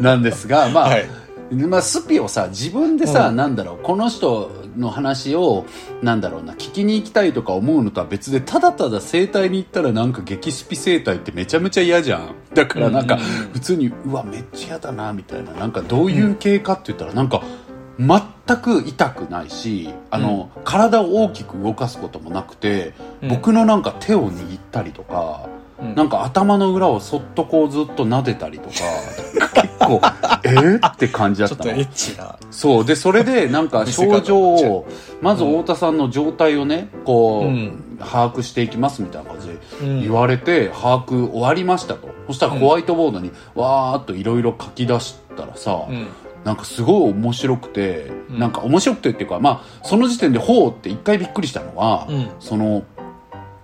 Speaker 3: なんですが、まあ、
Speaker 2: はい
Speaker 3: まあ、スピをさ、自分でさ、
Speaker 2: う
Speaker 3: なんだろう、この人の話を、なんだろうな、聞きに行きたいとか思うのとは別で、ただただ生態に行ったらなんか激スピ生態ってめちゃめちゃ嫌じゃん。だからなんか、
Speaker 2: うんうんうん
Speaker 3: 普通に、うわ、めっちゃ嫌だな、みたいな、なんかどういう系かって言ったら、なんか、全く痛くないし、あの、体を大きく動かすこともなくて、
Speaker 2: うん
Speaker 3: 僕のなんか手を握ったりとか、
Speaker 2: うん
Speaker 3: なんか頭の裏をそっとこうずっと撫でた りとか、結構、えー、って感じだっ
Speaker 2: ちょったとエ
Speaker 3: の
Speaker 2: ッ。チな
Speaker 3: そう。で、それでなんか
Speaker 2: 見せ方
Speaker 3: 症状を、まず太田さんの状態をね、こう、
Speaker 2: うん
Speaker 3: 把握していきますみたいな感じで
Speaker 2: うん
Speaker 3: 言われて、把握終わりましたと。そしたらホワイトボードに、わーっといろいろ書き出したらさ、
Speaker 2: うん
Speaker 3: なんかすごい面白くて、
Speaker 2: うん
Speaker 3: なんか面白くてっていうか、まあ、その時点でほうって一回びっくりしたのは、
Speaker 2: うん
Speaker 3: その、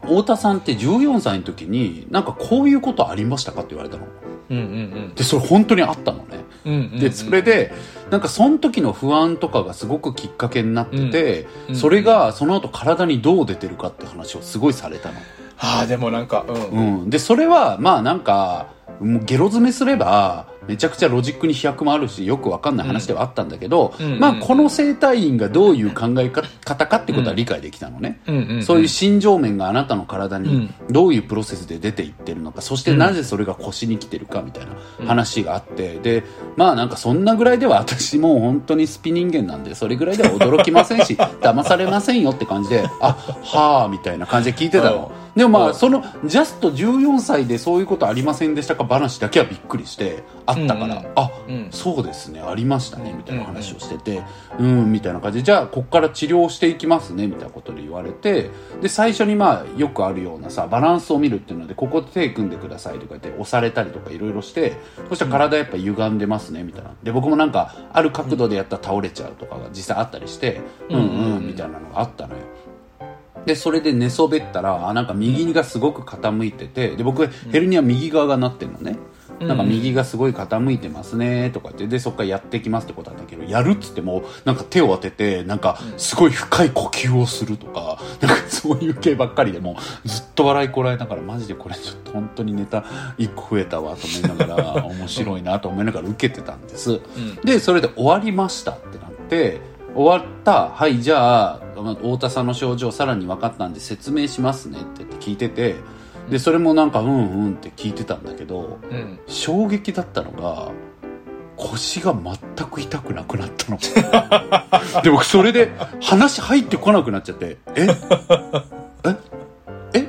Speaker 3: 太田さんって14歳の時に、なんかこういうことありましたかって言われたの。
Speaker 2: うんうん
Speaker 3: で、それ本当にあったのね。
Speaker 2: うんうんうん
Speaker 3: で、それで、なんかその時の不安とかがすごくきっかけになってて、
Speaker 2: うん
Speaker 3: それがその後体にどう出てるかって話をすごいされたの。
Speaker 2: ああでもなんかうん
Speaker 3: うん、でそれはまあなんかもうゲロ詰めすればめちゃくちゃロジックに飛躍もあるしよくわかんない話ではあったんだけど、
Speaker 2: うん
Speaker 3: ま
Speaker 2: う
Speaker 3: あ
Speaker 2: ん
Speaker 3: この生態院がどういう考えか方かってことは理解できたのね、
Speaker 2: うんうん
Speaker 3: そういう心情面があなたの体にどういうプロセスで出ていってるのか、そしてなぜそれが腰に来てるかみたいな話があって、で、まあなんかそんなぐらいでは私もう本当にスピ人間なんで、それぐらいでは驚きませ んし、騙されませんよって感じで、あ、はあ、みたいな感じで聞いてたの。でもま
Speaker 2: う
Speaker 3: あ、
Speaker 2: ん
Speaker 3: その、ジャスト14歳でそういうことありませんでしたか話だけはびっくりして、あったから、
Speaker 2: うんうん
Speaker 3: あ、
Speaker 2: うん
Speaker 3: そうですね、ありましたね、みたいな
Speaker 2: うんうんうん
Speaker 3: 話ををしてて、うん、みたいな感じで、じゃあ、こっから治療していきますね、みたいなことで言われて、で、最初にまあ、よくあるようなさ、バランスを見るっていうので、ここ手組んでくださいとか言って、押されたりとかいろいろして、そしたら体やっぱ歪んでますね、みたいな。で、僕もなんか、ある角度でやったら倒れちゃうとかが実際あったりして、
Speaker 2: う
Speaker 3: うんん
Speaker 2: う
Speaker 3: うんん、みたいなのがあったのよ。で、それで寝そべったら、あ、なんか右がすごく傾いてて、で、僕、ヘルニア右側がなってるのね。
Speaker 2: うん
Speaker 3: なんか右がすごい傾いてますねとか言って、で、そっからやってきますってことなんだけど、やるっつっても、なんか手を当てて、なんかすごい深い呼吸をするとか、なんかそういう系ばっかりでもう、ずっと笑いこらえながら、マジでこれちょっと本当にネタ一個増えたわと思いながら、面白いなと思いながら受けてたんです。
Speaker 2: ん
Speaker 3: で、それで終わりましたってなって、終わった、はい、じゃあ、まあ太田さんの症状さらに分かったんで説明しますねって言って聞いてて、で、それもなんか、うんうんって聞いてたんだけど、
Speaker 2: うん
Speaker 3: 衝撃だったのが腰が全く痛くなくなったの で僕それで話入ってこなくなっちゃって「えええ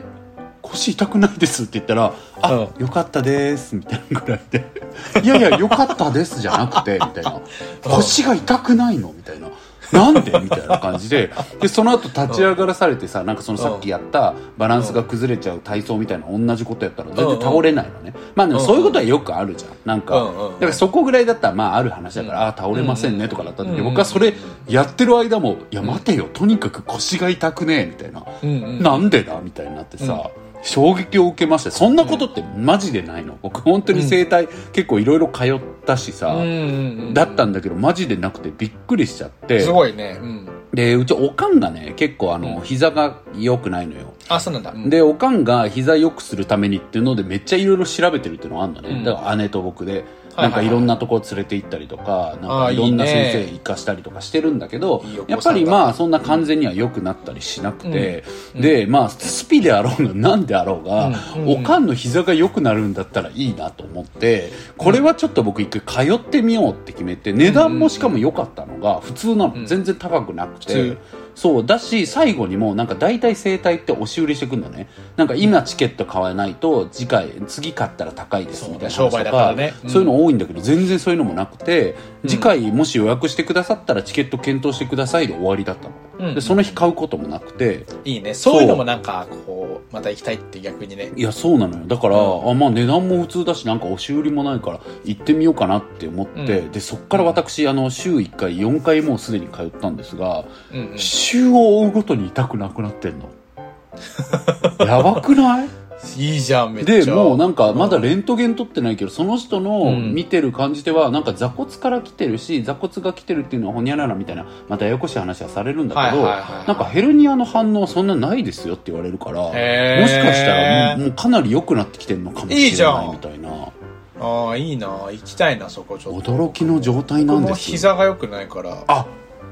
Speaker 3: 腰痛くないです」って言ったら「あ、
Speaker 2: う
Speaker 3: よかったです」みたいなぐらいで「 いやいやよかったです」じゃなくてみたい な「腰が痛くないの?」みたいな。なんでみたいな感じ ででその後立ち上がらされてさなんかそのさっきやったバランスが崩れちゃう体操みたいな同じことやったら全然倒れないのねまあでもそういうことはよくあるじゃんなんか
Speaker 2: うんうんうん
Speaker 3: だからそこぐらいだったらまあある話だから、ああ倒れませんねとかだったんだけど、僕はそれやってる間も「いや待てよとにかく腰が痛くねえ」みたいな、
Speaker 2: うんうん
Speaker 3: なんでだみたいになってさ、衝撃を受けましたそんなことってマジでないの僕本当に整体結構いろいろ通ったしさ、
Speaker 2: うん
Speaker 3: だったんだけどマジでなくてびっくりしちゃって
Speaker 2: すごいね。うん。
Speaker 3: でうちおかんがね結構あの、
Speaker 2: うん
Speaker 3: 膝が良くないのよ
Speaker 2: あ、そうなんだ。うん
Speaker 3: でおかんが膝良くするためにっていうのでめっちゃいろいろ調べてるっていうのがあるのね、
Speaker 2: うん
Speaker 3: だから姉と僕で
Speaker 2: はいはいはい
Speaker 3: なんかいろんなとこ連れて行ったりとかなん
Speaker 2: あ
Speaker 3: か
Speaker 2: ー
Speaker 3: いろんない
Speaker 2: い
Speaker 3: 先
Speaker 2: ね
Speaker 3: 生行かしたりとかしてるんだけど
Speaker 2: いいお子さんだ
Speaker 3: やっぱりまあそんな完全には良くなったりしなくて、でまあスピであろうが 何であろうが、
Speaker 2: うんうん
Speaker 3: おかんの膝が良くなるんだったらいいなと思ってこれはちょっと僕一回通ってみようって決めて値段もしかも良かったのが普通なの、
Speaker 2: ん
Speaker 3: 全然高くなくて。
Speaker 2: 普通
Speaker 3: そうだし最後にもうなんか大体整体って押し売りしてくんだねなんか今チケット買わないと次回次買ったら高いですみたいな
Speaker 2: そう
Speaker 3: 話
Speaker 2: 商売
Speaker 3: とか
Speaker 2: だからねうん
Speaker 3: そういうの多いんだけど全然そういうのもなくて、次回もし予約してくださったらチケット検討してくださいで終わりだったの、
Speaker 2: うん
Speaker 3: でその日買うこともなくて
Speaker 2: いいね。そういうのもなんか、こう、また行きたいって逆にね。
Speaker 3: いやそうなのよだから、あまあ値段も普通だしなんか押し売りもないから行ってみようかなって思って、
Speaker 2: うん
Speaker 3: でそっから私あの週1回4回もうすでに通ったんですが、
Speaker 2: うんうん。
Speaker 3: 週を追うごとに痛くなくなってん のやばくない
Speaker 2: いいじゃん、めっちゃ。
Speaker 3: でもうなんかまだレントゲン取ってないけどその人
Speaker 2: う
Speaker 3: の
Speaker 2: ん
Speaker 3: 見てる感じではなんか座骨から来てるし座骨が来てるっていうのはほにゃららみたいなまたややこしい話はされるんだけど
Speaker 2: はいはいはいはい
Speaker 3: なんかヘルニアの反応そんなないですよって言われるからもしか
Speaker 2: へー
Speaker 3: したらもうもうかなり良くなってきてるのかも
Speaker 2: い
Speaker 3: し
Speaker 2: いじ
Speaker 3: れ
Speaker 2: ゃ
Speaker 3: ない
Speaker 2: ん
Speaker 3: みたいな
Speaker 2: ああ、いいな。行きたいな、そこちょっと。
Speaker 3: 驚きの状態な
Speaker 2: 僕
Speaker 3: んで
Speaker 2: も
Speaker 3: すよ
Speaker 2: 膝が良くないから。あ、
Speaker 3: あ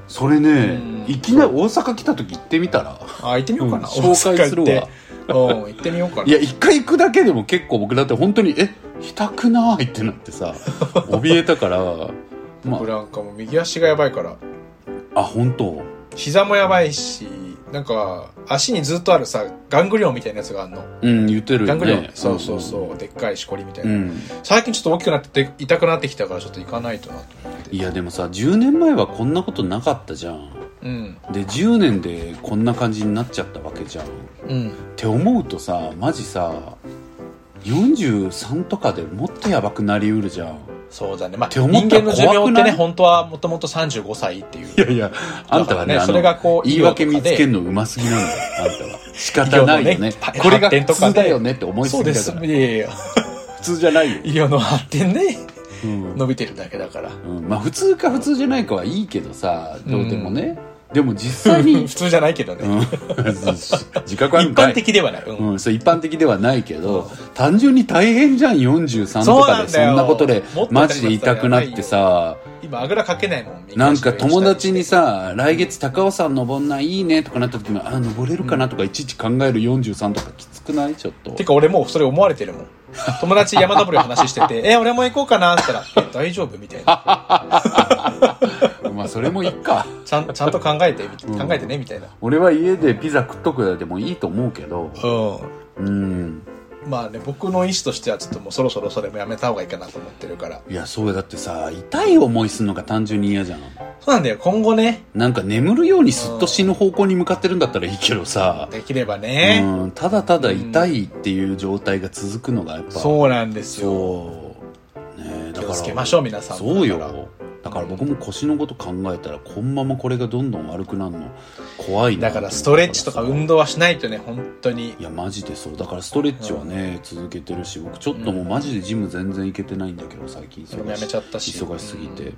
Speaker 3: それね
Speaker 2: うん
Speaker 3: いきなり大阪来た時行ってみたら
Speaker 2: 行ってみようか
Speaker 3: う
Speaker 2: な。
Speaker 3: ん紹介するわ
Speaker 2: 大阪行ってうん、行ってみようか
Speaker 3: い
Speaker 2: な。
Speaker 3: や、一回行くだけでも結構僕だって本当に、え、痛くないってなって さ、怯えたから、ま
Speaker 2: 僕なんかもう右足がやばいから。
Speaker 3: あ、あ、本当
Speaker 2: 膝もやばいし、なんか、足にずっとあるさ、ガングリオンみたいなやつがあるの。
Speaker 3: うん、言ってる
Speaker 2: ガ
Speaker 3: よ
Speaker 2: ングリオン、
Speaker 3: ね。
Speaker 2: そうそうそう、でっかいしこりみたいうな。
Speaker 3: ん。
Speaker 2: 最近ちょっと大きくなってて、痛くなってきたから、ちょっと行かないとなと思って。
Speaker 3: いや、でもさ、10年前はこんなことなかったじゃん。
Speaker 2: うん。
Speaker 3: で、10年でこんな感じになっちゃったわけじゃん。っ
Speaker 2: うん。
Speaker 3: て思うとさ、マジさ、43とかでもっとやばくなりうるじゃん。
Speaker 2: そうだね。まあ、
Speaker 3: て
Speaker 2: 人
Speaker 3: 思った
Speaker 2: 間
Speaker 3: ら
Speaker 2: の寿
Speaker 3: 怖
Speaker 2: 命
Speaker 3: く
Speaker 2: っ
Speaker 3: な
Speaker 2: て
Speaker 3: い
Speaker 2: ね、本当はもともと35歳っていう。
Speaker 3: いやいや、あんたはね、
Speaker 2: だからね
Speaker 3: あの
Speaker 2: それがこう
Speaker 3: 言い訳
Speaker 2: 医療と
Speaker 3: 見
Speaker 2: かで
Speaker 3: つけるのうますぎなのよ、あんたは。仕方ないよ
Speaker 2: 医
Speaker 3: ね。
Speaker 2: 療のね
Speaker 3: これが
Speaker 2: 発展と
Speaker 3: 普
Speaker 2: かで
Speaker 3: 通だよねって思いす
Speaker 2: そ
Speaker 3: ぎ
Speaker 2: うで
Speaker 3: だ
Speaker 2: す。
Speaker 3: から。
Speaker 2: いやいや
Speaker 3: 普通じゃないよ。
Speaker 2: 医療の発展ね、
Speaker 3: うん
Speaker 2: 伸びてるだけだから。
Speaker 3: うんまあ普通か普通じゃないかはいいけどさ、どうでもね。でも実際に
Speaker 2: 普、通じゃないけどね。
Speaker 3: うん自覚ある
Speaker 2: 一
Speaker 3: んかい
Speaker 2: 般的ではない。うん
Speaker 3: うん、そう一般的ではないけど、単純に大変じゃん、43と
Speaker 2: そう
Speaker 3: か
Speaker 2: な
Speaker 3: で、
Speaker 2: んだよ
Speaker 3: そんなことで
Speaker 2: もっ、と
Speaker 3: マジで痛くなってさ、
Speaker 2: 今、あぐらかけないもん、み
Speaker 3: なんか友達に
Speaker 2: さ、
Speaker 3: さ、来月高尾山登んないいいねとかなった時も、あ、登れるかなとかいちいち考える43とかきつくないちょっと。
Speaker 2: てか俺もうそれ思われてるもん。友達山登りの話して て、え、俺も行こうかなって言ったら、え、大丈夫みたいな。
Speaker 3: まあそれもいいか。
Speaker 2: ちゃん、ちゃんと考えて、み
Speaker 3: うん
Speaker 2: 考えてね、みたいな。
Speaker 3: 俺は家でピザ食っとくでもいいと思うけど、う
Speaker 2: う
Speaker 3: ん。
Speaker 2: ん。まあね、僕の意思としてはちょっともうそろそろそれもやめた方がいいかなと思ってるから。
Speaker 3: いや、そうよだってさ、痛い思いするのが単純に嫌じゃん。
Speaker 2: そうなんだよ、今後ね、
Speaker 3: なんか眠るようにすっと死ぬ方向に向かってるんだったらいいけどさ、
Speaker 2: できればね。
Speaker 3: うん、ただただ痛いっていう状態が続くのがやっぱ、
Speaker 2: そうなんですよ。
Speaker 3: そう。ねえだ
Speaker 2: 気
Speaker 3: か
Speaker 2: を
Speaker 3: ら。
Speaker 2: つけましょう、皆さんも。
Speaker 3: そう
Speaker 2: だから
Speaker 3: よだから僕も腰のこと考えたらこんままこれがどんどん悪くなるの怖いな
Speaker 2: だからストレッチとか運動はしないとね、本当に
Speaker 3: い。やマジでそうだからストレッチはね、続けてるし僕ちょっともうマジでジム全然行けてないんだけど最近
Speaker 2: 俺も
Speaker 3: 忙
Speaker 2: や
Speaker 3: し
Speaker 2: めちゃったし。
Speaker 3: 忙しすぎて、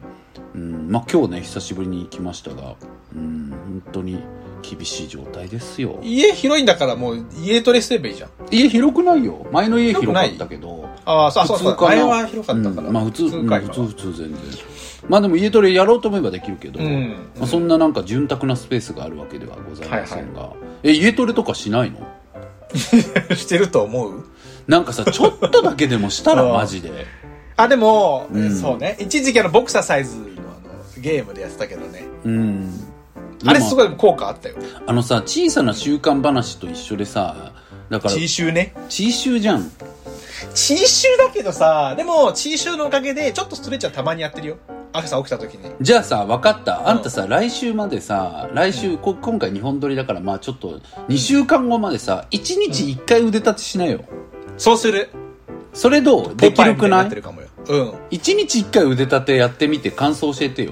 Speaker 3: うんまあ、今日ね久しぶりに行きましたがうん本当に厳しい状態ですよ
Speaker 2: 家広いんだからもう家トレすればいいじゃん。
Speaker 3: 家広くないよ前の家広
Speaker 2: 広
Speaker 3: か
Speaker 2: くない
Speaker 3: ったけど
Speaker 2: ああ、そうそうそう。
Speaker 3: 普通かな
Speaker 2: 前は広かったから。
Speaker 3: うんまあ普通
Speaker 2: 普通か
Speaker 3: うん
Speaker 2: 今
Speaker 3: 普通
Speaker 2: は
Speaker 3: 普通全然まあでも家トレやろうと思えばできるけど、
Speaker 2: うん
Speaker 3: まあ、そんななんか潤沢なスペースがあるわけではございませんが、え家トレとかしないの
Speaker 2: してると思う
Speaker 3: なんかさちょっとだけでもしたらマジで
Speaker 2: あ、でも、
Speaker 3: うん
Speaker 2: そうね。一時期あの、ボクサーサイズのあのゲームでやってたけどね。
Speaker 3: うん。
Speaker 2: あれすご
Speaker 3: い。
Speaker 2: い効果あったよ。
Speaker 3: あのさ、小さな習慣話と一緒でさ、だから
Speaker 2: チ、ーシューね。
Speaker 3: チーシューじゃん。
Speaker 2: チーシューだけどさ、でも、チーシューのおかげで、ちょっとストレッチはたまにやってるよ。朝起きた時に。
Speaker 3: じゃあさ、分かった。あんたさ、来週までさ、来週、こ今回日本撮りだから、まあちょっと、2週間後までさ、1日1回腕立ちしなよ。
Speaker 2: そうする。
Speaker 3: それどうできるくな
Speaker 2: ポパイみたになって
Speaker 3: い
Speaker 2: るかもよ。う
Speaker 3: ?1 日1回腕立てやってみて感想教えてよ。
Speaker 2: ん。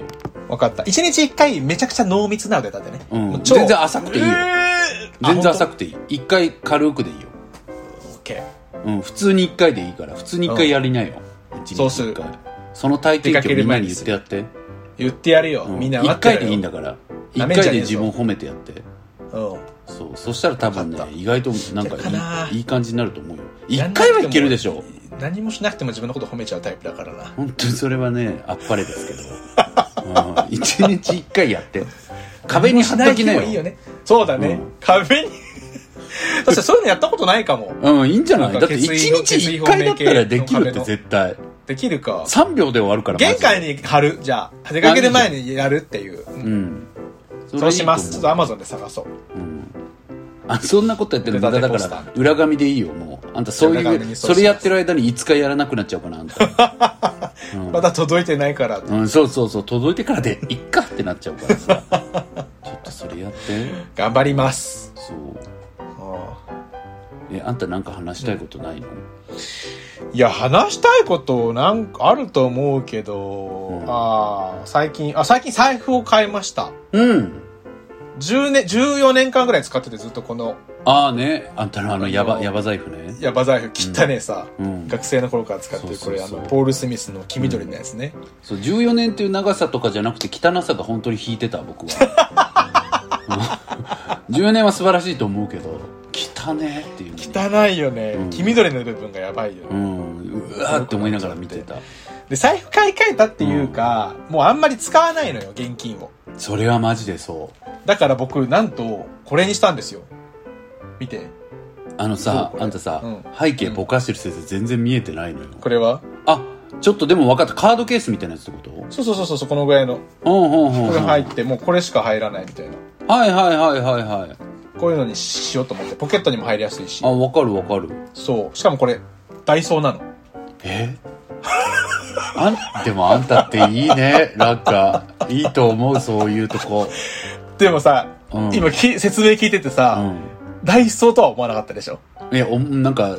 Speaker 2: わかった。一日一回めちゃくちゃ濃密な腕立てね。
Speaker 3: うん
Speaker 2: も
Speaker 3: 全然浅くていいよ
Speaker 2: えー
Speaker 3: 全然浅
Speaker 2: あ
Speaker 3: くていい。1回軽くでいいよ。
Speaker 2: 本当 OK
Speaker 3: うん、普通に1回でいいから、普通に1回やりなよ。一日
Speaker 2: そうする
Speaker 3: 一回その体験
Speaker 2: 出か
Speaker 3: 記をみ
Speaker 2: ける
Speaker 3: んな
Speaker 2: 前
Speaker 3: に
Speaker 2: に
Speaker 3: 言ってやって。
Speaker 2: 言ってやるよ。みんな
Speaker 3: 1
Speaker 2: 待って
Speaker 3: 回
Speaker 2: る
Speaker 3: でいいん
Speaker 2: だ。
Speaker 3: だから。
Speaker 2: な
Speaker 3: 1
Speaker 2: めんじゃ
Speaker 3: 回で
Speaker 2: ねえぞ
Speaker 3: 自分を褒めてやって。
Speaker 2: うん。
Speaker 3: そう、そしたら多分ね
Speaker 2: わかっ、た
Speaker 3: 意外となんか
Speaker 2: じゃあかない
Speaker 3: いいい感じになると思うよ。1回はいけるでしょ。
Speaker 2: 何もしなくても自分のこと褒めちゃうタイプだからな。
Speaker 3: 本当にそれはね、あっぱれですけど。うん一日一回やっ て。壁に貼っときなよ。
Speaker 2: 何もしい日もいいよね。そうだね。
Speaker 3: うん
Speaker 2: 壁に。 確かにそういうのやったことないかも。
Speaker 3: うん、いいんじゃない
Speaker 2: な
Speaker 3: だ
Speaker 2: ん
Speaker 3: っ
Speaker 2: か
Speaker 3: て
Speaker 2: 決意
Speaker 3: 一日一回だったらできるって絶対。
Speaker 2: できるか。
Speaker 3: 3秒で終わるから。
Speaker 2: 玄関
Speaker 3: に。
Speaker 2: に貼る。じゃあ、出かける前にやるっていう。
Speaker 3: うん。れいいと
Speaker 2: そ
Speaker 3: 思
Speaker 2: うします。ちょっとアマゾンで探そう。
Speaker 3: うんあそんなことやってる無駄だか
Speaker 2: 腕立てポ
Speaker 3: ら裏紙でいいよもうあんたそう
Speaker 2: 裏
Speaker 3: い
Speaker 2: 紙
Speaker 3: う
Speaker 2: に
Speaker 3: そ
Speaker 2: そうします
Speaker 3: れやってる間にいつかやらなくなっちゃうかなあんた、うん
Speaker 2: まだ届いてないから。
Speaker 3: うん、そうそうそう届いてからでいっかってなっちゃうから さちょっとそれやって
Speaker 2: 頑張ります。
Speaker 3: そう
Speaker 2: うん
Speaker 3: えあんたなんか話したいことないの、
Speaker 2: いや、話したいことなんかあると思うけど、
Speaker 3: うん
Speaker 2: ああ、最近、あ、最近財布を買いました。
Speaker 3: うん
Speaker 2: 10年、14年間ぐらい使っててずっとこの、
Speaker 3: ああねあんたのあのや
Speaker 2: あ
Speaker 3: ば
Speaker 2: の
Speaker 3: やば財布ね
Speaker 2: やば財布切ったねさ、
Speaker 3: うん
Speaker 2: 学生の頃から使ってる、これ
Speaker 3: そう
Speaker 2: あ
Speaker 3: そうそう
Speaker 2: の、ポール・スミスの黄緑のやつね。
Speaker 3: そう14年っていう長さとかじゃなくて汚さが本当に引いてた僕は うん10年は素晴らしいと思うけど汚ねっていうのに
Speaker 2: 汚いよね、
Speaker 3: ん
Speaker 2: 黄緑の部分がやばいよね、
Speaker 3: うんうわーって思いながら見てた
Speaker 2: で、財布買い替えたっていうか、もうあんまり使わないのよ、現金を。
Speaker 3: それはマジでそう
Speaker 2: だから僕、なんと、これにしたんですよ。見て。
Speaker 3: あのさ
Speaker 2: そうこれ
Speaker 3: あんたさ、
Speaker 2: うん
Speaker 3: 背景ぼかしてる先生全然見えてないのよ
Speaker 2: これは
Speaker 3: あちょっとでも分かったカードケースみたいなやつってこと
Speaker 2: そうそうそうそう、このぐらいの。
Speaker 3: うんうんうんうん
Speaker 2: これ入って、もうこれしか入らないみたいな。
Speaker 3: はいはいはいはいはい
Speaker 2: こういうのにしようと思って、ポケットにも入りやすいし
Speaker 3: あ。分かる分かる
Speaker 2: そう。しかもこれ、ダイソーなの。
Speaker 3: え あんでもあんたっていいねなんかいいと思うそういうとこ
Speaker 2: でもさ、
Speaker 3: うん
Speaker 2: 今き説明聞いてて
Speaker 3: う
Speaker 2: さ、
Speaker 3: ん
Speaker 2: ダイソーとは思わなかったでしょ
Speaker 3: いやおなんか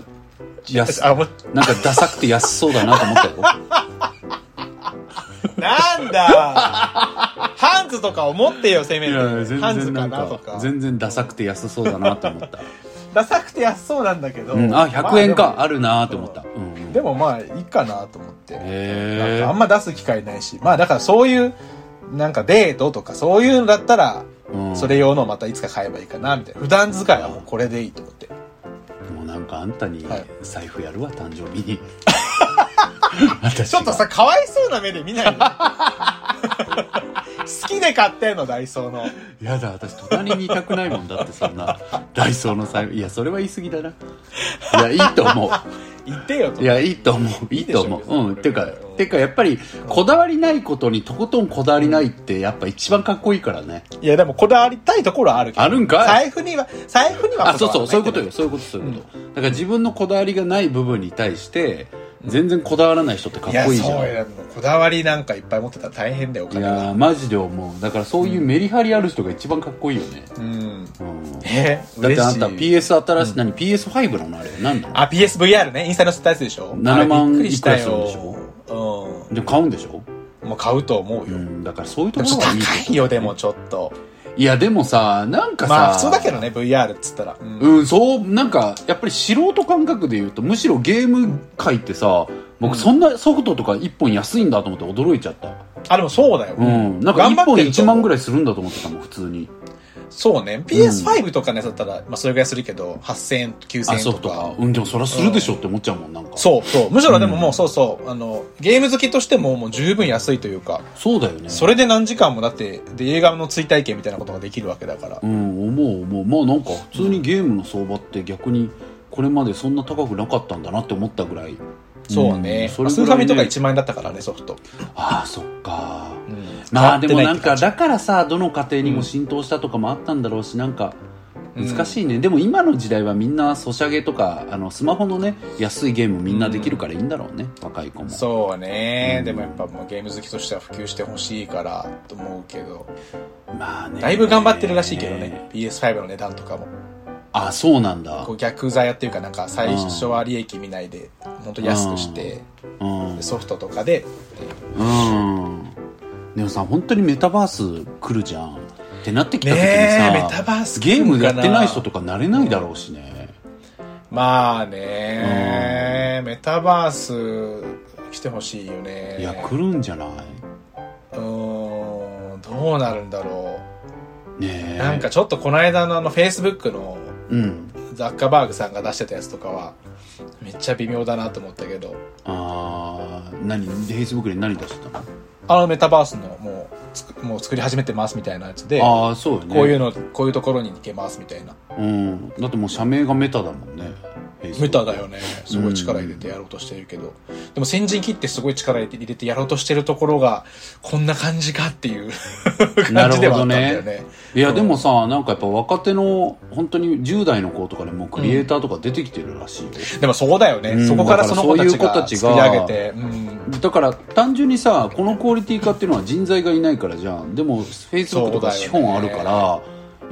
Speaker 3: 安
Speaker 2: あ、もう、
Speaker 3: なんかダサくて安そうだなと思ったよ
Speaker 2: なんだハンズとか思ってよ、せめ
Speaker 3: い
Speaker 2: て。
Speaker 3: や
Speaker 2: ハ
Speaker 3: 全
Speaker 2: ンズ
Speaker 3: 然な
Speaker 2: か
Speaker 3: ん
Speaker 2: なと
Speaker 3: か
Speaker 2: か。
Speaker 3: 全然ダサくて安そうだなと思った、
Speaker 2: ダサくて安そうなんだけど。
Speaker 3: うん、あ100円か
Speaker 2: ま
Speaker 3: あ
Speaker 2: あ
Speaker 3: るなと思った、うんうん、
Speaker 2: でもまあ、いいかなと思って。なん
Speaker 3: へ
Speaker 2: かあん
Speaker 3: え
Speaker 2: ま出す機会ないし。まあだからそういう、なんかデートとかそういうのだったら、
Speaker 3: うん
Speaker 2: それ用のをまたいつか買えばいいかな、みたいな。普段使いはもうこれでいいと思って。
Speaker 3: もうなんかあんたに
Speaker 2: はい
Speaker 3: 財布やるわ誕生日に 私
Speaker 2: ちょっと
Speaker 3: が
Speaker 2: さ、かわいそうな目で見ない で。好きで買ってんの、ダイソーの。
Speaker 3: やだ私隣にいたくないもんだってそんなダイソーの財布いやそれは言い過ぎだないやいいと思
Speaker 2: 言ってよと。
Speaker 3: ういやいいと思ういいと思
Speaker 2: いいで
Speaker 3: う
Speaker 2: しょ
Speaker 3: うんてか
Speaker 2: うん
Speaker 3: てかやっぱりこだわりないことにとことんこだわりないってやっぱ一番かっこいいからね
Speaker 2: いや、でもこだわりたいところはあるけど。
Speaker 3: あるんかい
Speaker 2: 財布には、財布には
Speaker 3: あそうそうそういうこと
Speaker 2: よ。
Speaker 3: よそういうことそういうこと、だから自分のこだわりがない部分に対して全然こだわらない人ってかっ
Speaker 2: いや、
Speaker 3: こいいじゃん
Speaker 2: そうや。こだわりなんかいっぱい持ってたら大変だよ、お
Speaker 3: い
Speaker 2: 金
Speaker 3: やー
Speaker 2: が。
Speaker 3: マジで思うだからそういうメリハリある人が一番かっこいいよね、
Speaker 2: うん。
Speaker 3: うん、だ
Speaker 2: え
Speaker 3: っ
Speaker 2: 嬉
Speaker 3: て
Speaker 2: しい。
Speaker 3: あんた PS 新しい、何 PS5 なのあれ何なの
Speaker 2: あ、PSVR ね。インスタのスタイスでしょ
Speaker 3: 7万
Speaker 2: あれびっくりした
Speaker 3: いくらするんでし
Speaker 2: よ。う
Speaker 3: で買うんでしょ、
Speaker 2: ん。もう買うと思う
Speaker 3: う
Speaker 2: よ。
Speaker 3: ん、だからそういう
Speaker 2: で
Speaker 3: と
Speaker 2: も
Speaker 3: こ
Speaker 2: ちょ
Speaker 3: ろ
Speaker 2: っ
Speaker 3: がい
Speaker 2: と
Speaker 3: い
Speaker 2: 高いよ、でもちょっと。
Speaker 3: いやでもさなんかさ、
Speaker 2: まあ、普通だけどね、VR っつったら。うん
Speaker 3: うん、そう、なんか、やっぱり素人感覚で言うと、むしろゲーム界ってさ、僕そんなソフトとか1本安いんだと思って驚いちゃった。
Speaker 2: あ、でもそうだよ。
Speaker 3: うん、なんか1本1万ぐ
Speaker 2: らい。
Speaker 3: らいするんだと思ってたもん普通に
Speaker 2: そうね。PS5 とかね、だったら、まあ、それぐらいするけど、8000円、9000
Speaker 3: あ
Speaker 2: 円
Speaker 3: ソ
Speaker 2: と
Speaker 3: フトか
Speaker 2: か。
Speaker 3: うんでもそりゃするでしょって思っちゃうもんなんか
Speaker 2: そうそう。むしろでももう、そうそう。あの、ゲーム好きとしても、もう十分安いというか、
Speaker 3: そうだよね
Speaker 2: それで何時間もだって、で、映画の追体験みたいなことができるわけだから
Speaker 3: う。ん思う思うまあなんか普通にゲームの相場って逆にこれまでそんな高くなかったんだなって思ったぐらい
Speaker 2: そうね。
Speaker 3: うんそれぐらいね
Speaker 2: スーファミとか1万円だったからね、ソフト。
Speaker 3: ああそっか
Speaker 2: うん
Speaker 3: まあでも
Speaker 2: 変わ
Speaker 3: な
Speaker 2: っ
Speaker 3: ん
Speaker 2: てい
Speaker 3: か
Speaker 2: って感
Speaker 3: だからさどの家庭にも浸透したとかもあったんだろうしなんか
Speaker 2: うん
Speaker 3: 難しいね、でも今の時代はみんなソシャゲとかあのスマホのね安いゲームみんなできるからいいんだろうね、若い子も
Speaker 2: じそうね、
Speaker 3: うん
Speaker 2: でもやっぱもうゲーム好きとしては普及してほしいからと思うけど、
Speaker 3: まあね
Speaker 2: だいぶ頑張ってるらしいけどね、PS5 の値段とかも。
Speaker 3: あそうなんだ
Speaker 2: こう逆座やっていうかなんか最初は利益見ないで、本当安くして、
Speaker 3: うん
Speaker 2: でソフトとかでっていう
Speaker 3: うんでもさ本当にメタバース来るじゃんってなってきた時にさ、
Speaker 2: ねえメタバース来
Speaker 3: ゲー
Speaker 2: るんかな
Speaker 3: ムやってない人とかなれないだろうしね、
Speaker 2: まあね、メタバース来てほしいよね
Speaker 3: いや来るんじゃないう
Speaker 2: ーんどうなるんだろ
Speaker 3: ね
Speaker 2: う
Speaker 3: え
Speaker 2: なんかちょっとこの間のあのフェイスブックの
Speaker 3: うん
Speaker 2: ザッカーバーグさんが出してたやつとかはめっちゃ微妙だなと思ったけど
Speaker 3: ああ何フェイスブックで何出してたの
Speaker 2: あのメタバースのもうつくもう作り始めてますみたいなやつで
Speaker 3: ああそうよね
Speaker 2: こういうのこういうところに行けますみたいな
Speaker 3: うん、だってもう社名がメタだもんね
Speaker 2: メタだ
Speaker 3: よ
Speaker 2: よねすごい力入れてやろうとしてるけど、でも先陣切ってすごい力入れて入れてやろうとしてるところがこんな感じかっていう感じではあったんだ
Speaker 3: な
Speaker 2: よ
Speaker 3: る
Speaker 2: ね
Speaker 3: いやでもさなんかやっぱ若手の本当に10代の子とかでもうクリエイターとか出てきてるらしいよ、
Speaker 2: でもそうだよね、
Speaker 3: うん
Speaker 2: そこからその子た
Speaker 3: だ
Speaker 2: ち
Speaker 3: からそういう子
Speaker 2: が
Speaker 3: たち
Speaker 2: 作
Speaker 3: が
Speaker 2: り上げてうん
Speaker 3: だから単純にさこのクオリティ化っていうのは人材がいないからじゃんでもフェイスブックとか資本あるから、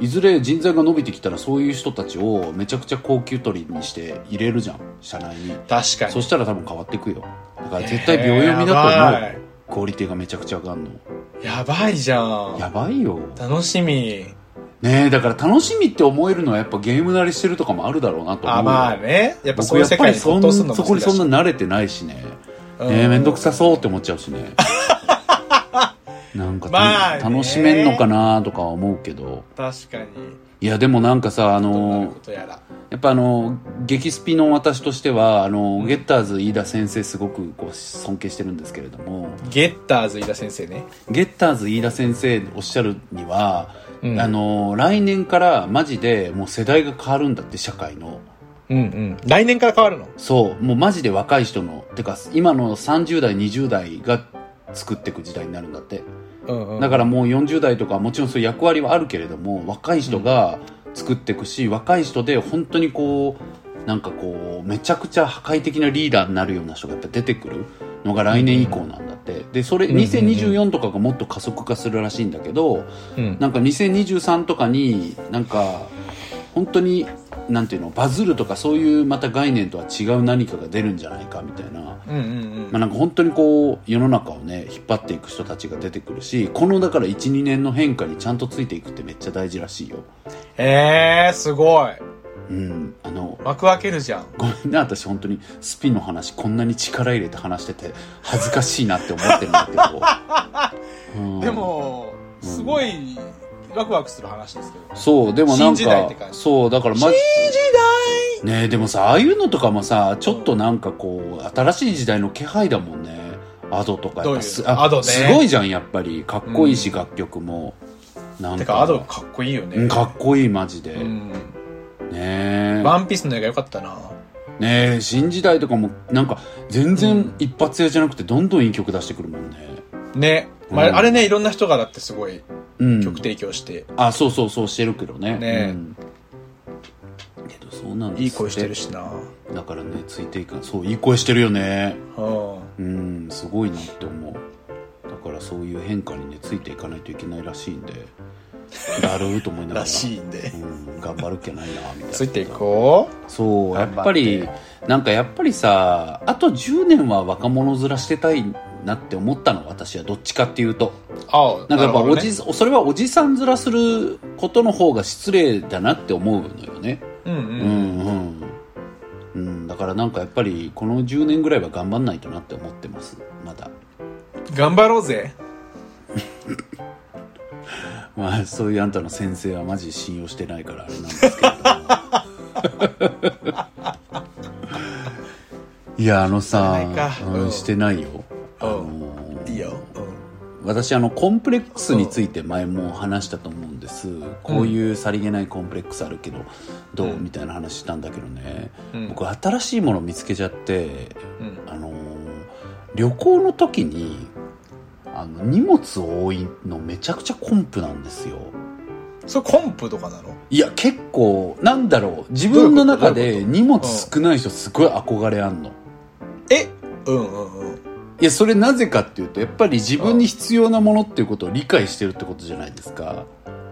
Speaker 3: いずれ人材が伸びてきたらそういう人たちをめちゃくちゃ高級取りにして入れるじゃん社内に
Speaker 2: 確かに
Speaker 3: そしたら多分変わっていくよだから絶対秒読みだと思うクオリティがめちゃくちゃ上がるの
Speaker 2: うやばいじゃん
Speaker 3: やばいよ
Speaker 2: 楽しみ
Speaker 3: ねえだから楽しみって思えるのはやっぱゲーム慣れしてるとかもあるだろうなと思う
Speaker 2: あまあねやっぱ
Speaker 3: 僕
Speaker 2: そういう
Speaker 3: やっ
Speaker 2: 世
Speaker 3: ぱ
Speaker 2: 界
Speaker 3: り
Speaker 2: に
Speaker 3: そ
Speaker 2: 没
Speaker 3: ん
Speaker 2: 頭するの
Speaker 3: そこ
Speaker 2: も好
Speaker 3: に
Speaker 2: きだ
Speaker 3: そ
Speaker 2: し
Speaker 3: んな慣れてないしね
Speaker 2: うん
Speaker 3: えー、めんどくさそうって思っちゃうしねなんかた、
Speaker 2: まあね
Speaker 3: 楽しめんのかなとかは思うけど
Speaker 2: 確かに
Speaker 3: いやでもなんかさあ
Speaker 2: どうなる
Speaker 3: の
Speaker 2: ことやら
Speaker 3: やっぱあの激スピの私としてはあのゲッターズ飯田先生すごくこう尊敬してるんですけれども
Speaker 2: ゲッターズ飯田先生ね
Speaker 3: ゲッターズ飯田先生おっしゃるには、
Speaker 2: うん
Speaker 3: あの来年からマジでもう世代が変わるんだって社会の。
Speaker 2: うんうん来年から変わるの
Speaker 3: そう、もうマジで若い人の、てか、今の30代、20代が作っていく時代になるんだって。
Speaker 2: うんうん
Speaker 3: だからもう40代とか、もちろんそういう役割はあるけれども、若い人が作っていくし、若い人で本当にこう、なんかこう、めちゃくちゃ破壊的なリーダーになるような人がやっぱ出てくるのが来年以降なんだって。で、それ、
Speaker 2: んうんうん
Speaker 3: 2024とかがもっと加速化するらしいんだけど、
Speaker 2: うん
Speaker 3: なんか2023とかになんか本当になんていうのバズるとかそういうまた概念とは違う何かが出るんじゃないかみたいな、ま
Speaker 2: うんうん
Speaker 3: あ、なんか本当にこう世の中をね引っ張っていく人たちが出てくるしこのだから12年の変化にちゃんとついていくってめっちゃ大事らしいよ
Speaker 2: えー、すごい
Speaker 3: うんあの
Speaker 2: 幕開けるじゃん
Speaker 3: ごめんね私本当にスピンの話こんなに力入れて話してて恥ずかしいなって思ってるんだけ ど、うん
Speaker 2: でもすごいワクワクする話ですけど
Speaker 3: そうでもなん
Speaker 2: 新時代って
Speaker 3: か
Speaker 2: 感じ
Speaker 3: そうだからまじ
Speaker 2: 時
Speaker 3: ねえでもさああいうのとかもさちょっとなんかこう新しい時代の気配だもんねアドとかやっぱす
Speaker 2: どういう
Speaker 3: あ
Speaker 2: Ado ね
Speaker 3: すごいじゃんやっぱりかっこいいし、楽曲もなんか
Speaker 2: てかアドかっこいいよね
Speaker 3: うんかっこいいマジで、
Speaker 2: う
Speaker 3: ね
Speaker 2: ん
Speaker 3: え
Speaker 2: ワンピースの映画良かったな
Speaker 3: ねえ新時代とかもなんか全然一発屋じゃなくてどんどんいい曲出してくるもんね
Speaker 2: ね、ま
Speaker 3: うん
Speaker 2: あ、あれねいろんな人がだってすごい
Speaker 3: うん
Speaker 2: 曲提供して、
Speaker 3: あそうそうそうしてるけどね
Speaker 2: ねえ
Speaker 3: うんけどそうなんです
Speaker 2: いい声してるしな
Speaker 3: だからねついていくそういい声してるよね
Speaker 2: うん
Speaker 3: うんすごいなって思うだからそういう変化にねついていかないといけないらしいんでなると思いながら
Speaker 2: らしいんで
Speaker 3: うん、頑張るっきゃないなみたいな
Speaker 2: ついていこ
Speaker 3: そうや
Speaker 2: 頑
Speaker 3: っ
Speaker 2: 張
Speaker 3: ぱ
Speaker 2: って
Speaker 3: りなんかやっぱりさあと10年は若者面してたいなって思ったの私はどっちかっていうと
Speaker 2: うああ
Speaker 3: なんかやっぱお
Speaker 2: なる
Speaker 3: じ、それはおじさん面することの方が失礼だなって思うのよね
Speaker 2: ほどねうん
Speaker 3: う
Speaker 2: うん
Speaker 3: んうん、うん、だからなんかやっぱりこの10年ぐらいは頑張んないとなって思ってますまだ
Speaker 2: 頑張ろうぜ
Speaker 3: まあ、そういうあんたの先生はマジ信用してないからあれなんですけれどもいやあのさ
Speaker 2: してないか
Speaker 3: うん
Speaker 2: うん
Speaker 3: してないよ、あ
Speaker 2: うん
Speaker 3: の
Speaker 2: いいよ、うん
Speaker 3: 私あのコンプレックスについて前も話したと思うんですこういうさりげないコンプレックスあるけどどうみたいな話したんだけどね、
Speaker 2: うん
Speaker 3: 僕新しいもの見つけちゃって
Speaker 2: うん
Speaker 3: あのー旅行の時にあの荷物多いのめちゃくちゃコンプなんですよ
Speaker 2: それコンプとかなの
Speaker 3: いや結構なんだろう自分の中
Speaker 2: どうい
Speaker 3: で
Speaker 2: う
Speaker 3: 荷物少ない人すごい憧れあんの
Speaker 2: えうんうんうん
Speaker 3: いやそれなぜかっていうとやっぱり自分に必要なものっていうことを理解してるってことじゃないですか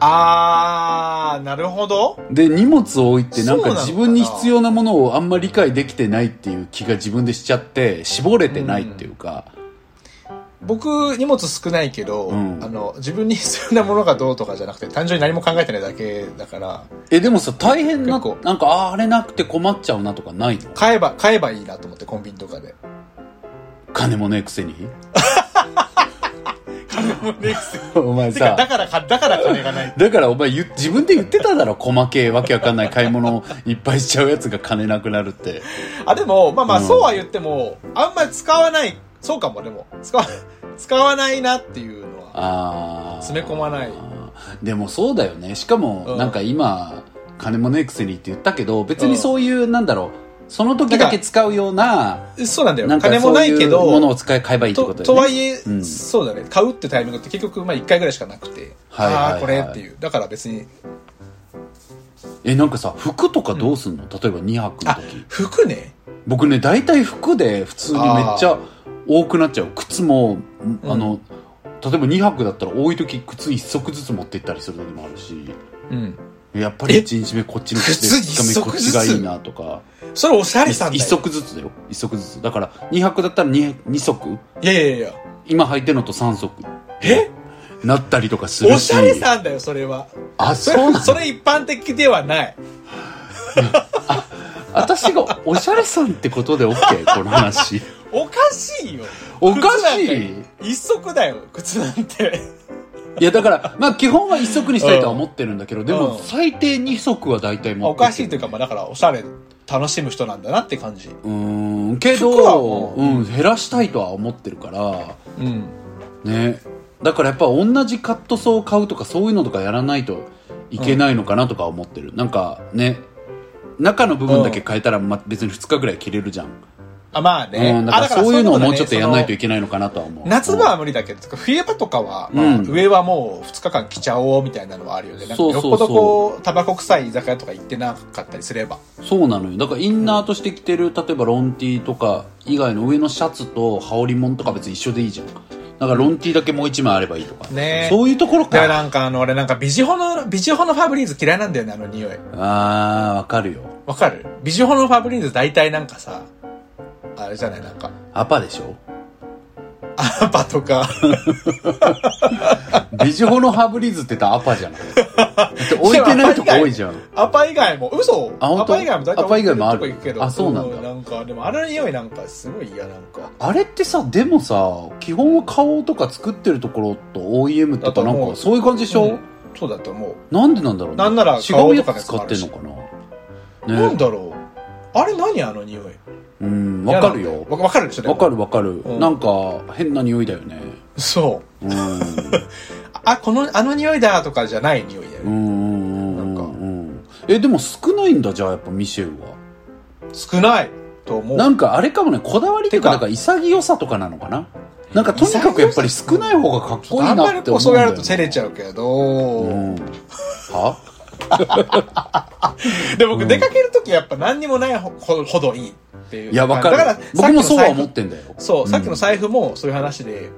Speaker 2: あーなるほど
Speaker 3: で荷物を置いてなん
Speaker 2: そう
Speaker 3: か
Speaker 2: なのかな
Speaker 3: 自分に必要なものをあんま理解できてないっていう気が自分でしちゃって絞れてないっていうか、
Speaker 2: 僕荷物少ないけど、
Speaker 3: うん
Speaker 2: あの自分に必要なものがどうとかじゃなくて単純に何も考えてないだけだから
Speaker 3: えでもさ大変な
Speaker 2: 結構
Speaker 3: なんかあーあれなくて困っちゃうなとかないの
Speaker 2: 買えば買えばいいなと思ってコンビニと かで
Speaker 3: 金もねえく せに
Speaker 2: て
Speaker 3: お前
Speaker 2: かだ
Speaker 3: さ
Speaker 2: からかだから金 がない
Speaker 3: だからお前言自分で言ってただろ細けえわけわかんない買い物いっぱいしちゃうやつが金なくなるって
Speaker 2: あでもまあまあ
Speaker 3: うん
Speaker 2: そうは言っても、あんまり使わないそうかもでも使わ 使わないなっていうのは
Speaker 3: ああ
Speaker 2: 詰め込まない
Speaker 3: でもそうだよねしか
Speaker 2: う
Speaker 3: も
Speaker 2: ん
Speaker 3: なんか今、金もねえくせにって言ったけど別
Speaker 2: う
Speaker 3: に
Speaker 2: ん
Speaker 3: そういうなんだろうその時だけ使うような
Speaker 2: そうなんだよ
Speaker 3: なんか
Speaker 2: 金も
Speaker 3: そう
Speaker 2: ない
Speaker 3: い
Speaker 2: け
Speaker 3: う
Speaker 2: ど
Speaker 3: ものを使い買えばいいってことと
Speaker 2: と
Speaker 3: だよ
Speaker 2: は
Speaker 3: ね
Speaker 2: いえ、
Speaker 3: うん
Speaker 2: そうだね買うってタイミングって結局まあ1回ぐらいしかなくて、
Speaker 3: はいはいはい
Speaker 2: ああこれっていうだから別に
Speaker 3: えなんかさ服とかどうすんの、例えば2泊の
Speaker 2: あ
Speaker 3: 時
Speaker 2: 服ね
Speaker 3: 僕ね大体服で普通にめっちゃ多くなっちゃう靴もあの、例えば2泊だったら多い時靴1足ずつ持って行ったりする時もあるし
Speaker 2: うん
Speaker 3: やっぱり1日目こっちの靴で
Speaker 2: 靴
Speaker 3: 2日目こっちが
Speaker 2: 一足ずつ
Speaker 3: いいなとか
Speaker 2: それおしゃれさんだ
Speaker 3: 1
Speaker 2: よ
Speaker 3: 足ずつだよ1足ずつだから2泊だったら 2, 2足
Speaker 2: いやいやいや
Speaker 3: 今履いてるのと3足
Speaker 2: え
Speaker 3: なったりとかするし
Speaker 2: おしゃれさんだよそれは
Speaker 3: あ
Speaker 2: そ
Speaker 3: そうな
Speaker 2: れ
Speaker 3: の
Speaker 2: それ一般的ではない
Speaker 3: 私がおしゃれさんってことで OK この話
Speaker 2: おかしいよ
Speaker 3: おかしい
Speaker 2: 靴なんか一足だよ靴なんて
Speaker 3: いやだからまあ基本は1足にしたいとは思ってるんだけどで
Speaker 2: う
Speaker 3: も
Speaker 2: ん
Speaker 3: 最低2足は大体持って
Speaker 2: おかしいというかまあ
Speaker 3: あ
Speaker 2: だからおしゃれ楽しむ人なんだなって感じ
Speaker 3: うーんけど
Speaker 2: 服はもう
Speaker 3: うん、減らしたいとは思ってるから
Speaker 2: うん
Speaker 3: ねだからやっぱ同じカットソーを買うとかそういうのとかやらないといけないのかなとか思ってる、なんかね中の部分だけ変えたら、まあ、別に2日ぐらい着れるじゃん、
Speaker 2: あまあね、
Speaker 3: うん、だから
Speaker 2: あ
Speaker 3: そういうのをもう
Speaker 2: だね
Speaker 3: ちょっとやらない
Speaker 2: そ
Speaker 3: と
Speaker 2: の
Speaker 3: いけないのかなとは思う
Speaker 2: 夏場は無理だけど、冬場とかは、まあ
Speaker 3: うん
Speaker 2: 上はもう2日間着ちゃおうみたいなのはあるよね。なんか
Speaker 3: そう
Speaker 2: よ
Speaker 3: そう
Speaker 2: っ
Speaker 3: そう
Speaker 2: ぽどこう、タバコ臭い居酒屋とか行ってなかったりすれば。
Speaker 3: そうなのよだからインナーとして着てる例えばロンティーとか以外の上のシャツと羽織もんとか別に一緒でいいじゃんだからロンティーだけもう一枚あればいいとか
Speaker 2: ね
Speaker 3: そういうところ
Speaker 2: だから
Speaker 3: か
Speaker 2: なんかあの、俺なんかビジホの、ビジホのファブリーズ嫌いなんだよね、あの匂い。
Speaker 3: あーわかるよ
Speaker 2: わかるビジホのファブリーズ大体なんかさ、あれじゃないなんか、
Speaker 3: アパでしょ
Speaker 2: アパとか、
Speaker 3: ビジホのハブリーズって言ったらアパじゃないだって置いてないとこ多いじゃん
Speaker 2: アパ以外も、嘘
Speaker 3: あ本
Speaker 2: ア
Speaker 3: 当
Speaker 2: パ以外も大体
Speaker 3: アパ以外もある
Speaker 2: とこ行くけど
Speaker 3: あそうなんだ
Speaker 2: なんか、でもあの匂いなんかすごい嫌なんか。
Speaker 3: あれってさでもさ基本は顔とか作ってるところと OEM と
Speaker 2: だと
Speaker 3: かな
Speaker 2: 思うん
Speaker 3: かそういう感じでしょ、
Speaker 2: うんそうだと思う。
Speaker 3: なんでなんだろうね
Speaker 2: なんなら
Speaker 3: 違
Speaker 2: 顔
Speaker 3: う
Speaker 2: と
Speaker 3: や
Speaker 2: か
Speaker 3: つ使ってんのかな
Speaker 2: なん
Speaker 3: ね
Speaker 2: だろうあれ何あの匂い
Speaker 3: うんわかる
Speaker 2: 嫌なん
Speaker 3: よ
Speaker 2: だわわかるでしょでも
Speaker 3: わかるわかる、
Speaker 2: うん
Speaker 3: なんか変な匂いだよね
Speaker 2: そう
Speaker 3: う んう
Speaker 2: あこのあの匂いだとかじゃない匂いだよ、ね
Speaker 3: んうんうん
Speaker 2: なんか
Speaker 3: うんえでも少ないんだじゃあやっぱミシェルは
Speaker 2: 少ないと思う
Speaker 3: なんかあれかもねこだわりというか
Speaker 2: て
Speaker 3: なん
Speaker 2: か
Speaker 3: か潔さとかなのかななんかとにかくやっぱり少ない方がかっ
Speaker 2: ちょ
Speaker 3: こ
Speaker 2: っ
Speaker 3: とい
Speaker 2: あ
Speaker 3: い
Speaker 2: んま
Speaker 3: な
Speaker 2: り
Speaker 3: って
Speaker 2: こ
Speaker 3: 思うん
Speaker 2: うそう
Speaker 3: だ
Speaker 2: や
Speaker 3: よ、
Speaker 2: ると照れちゃうけど、
Speaker 3: うんは
Speaker 2: で僕出かける時やっぱ何にもないほほほどいいっていう
Speaker 3: い
Speaker 2: い
Speaker 3: やわか
Speaker 2: だから
Speaker 3: る僕もそうは
Speaker 2: さっき
Speaker 3: 思
Speaker 2: の財
Speaker 3: っ
Speaker 2: 布
Speaker 3: てんだよ
Speaker 2: そう、
Speaker 3: うん
Speaker 2: さっきの財布もそういう話で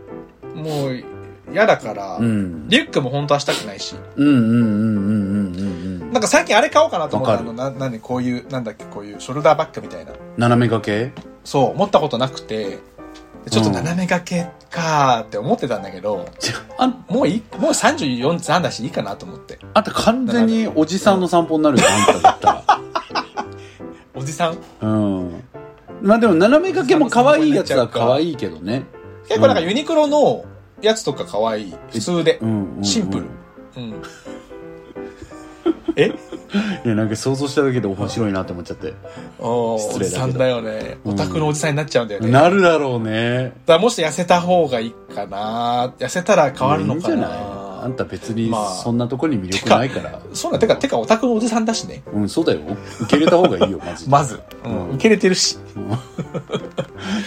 Speaker 2: もう嫌だから、
Speaker 3: うん
Speaker 2: リュックも本当はしたくないし
Speaker 3: うんうんうんうんうんうんうん
Speaker 2: なんか最近あれ買おうかなと思った
Speaker 3: わ
Speaker 2: あ
Speaker 3: かる
Speaker 2: のななんでこういうなんだっけこういうショルダーバッグみたいな
Speaker 3: 斜め掛け
Speaker 2: そう、持ったことなくて、ちょっと斜め掛けかーって思ってたんだけど、
Speaker 3: ちょあん
Speaker 2: もういい、もう34歳だしいいかなと思って。
Speaker 3: あんた完全におじさんの散歩になるよあんただった
Speaker 2: おじさん。
Speaker 3: らうんまあでも斜め掛けも可愛いやつは可愛いけどね
Speaker 2: 結構なんかユニクロのやつとか可愛い。普通で
Speaker 3: う。んうんうん
Speaker 2: シンプルうん。え
Speaker 3: いやなんか想像しただけで面白いなって思っちゃって
Speaker 2: おー
Speaker 3: 失
Speaker 2: お
Speaker 3: 礼だけど
Speaker 2: じさんだよね。
Speaker 3: うん
Speaker 2: オタクのおじさんになっちゃうんだよね。だか
Speaker 3: なるだろうね
Speaker 2: らもし痩せた方がいいかな痩せたら変わるのか
Speaker 3: いいんじ
Speaker 2: な
Speaker 3: ゃないあんた別に
Speaker 2: まあ
Speaker 3: そんなとこに魅力ないから、
Speaker 2: そうなん、てか、てかオタクのおじさんだしね。
Speaker 3: うんそうだよ受け入れた方がいいよマジで
Speaker 2: まず。う
Speaker 3: うん
Speaker 2: ん。受け入れてるし。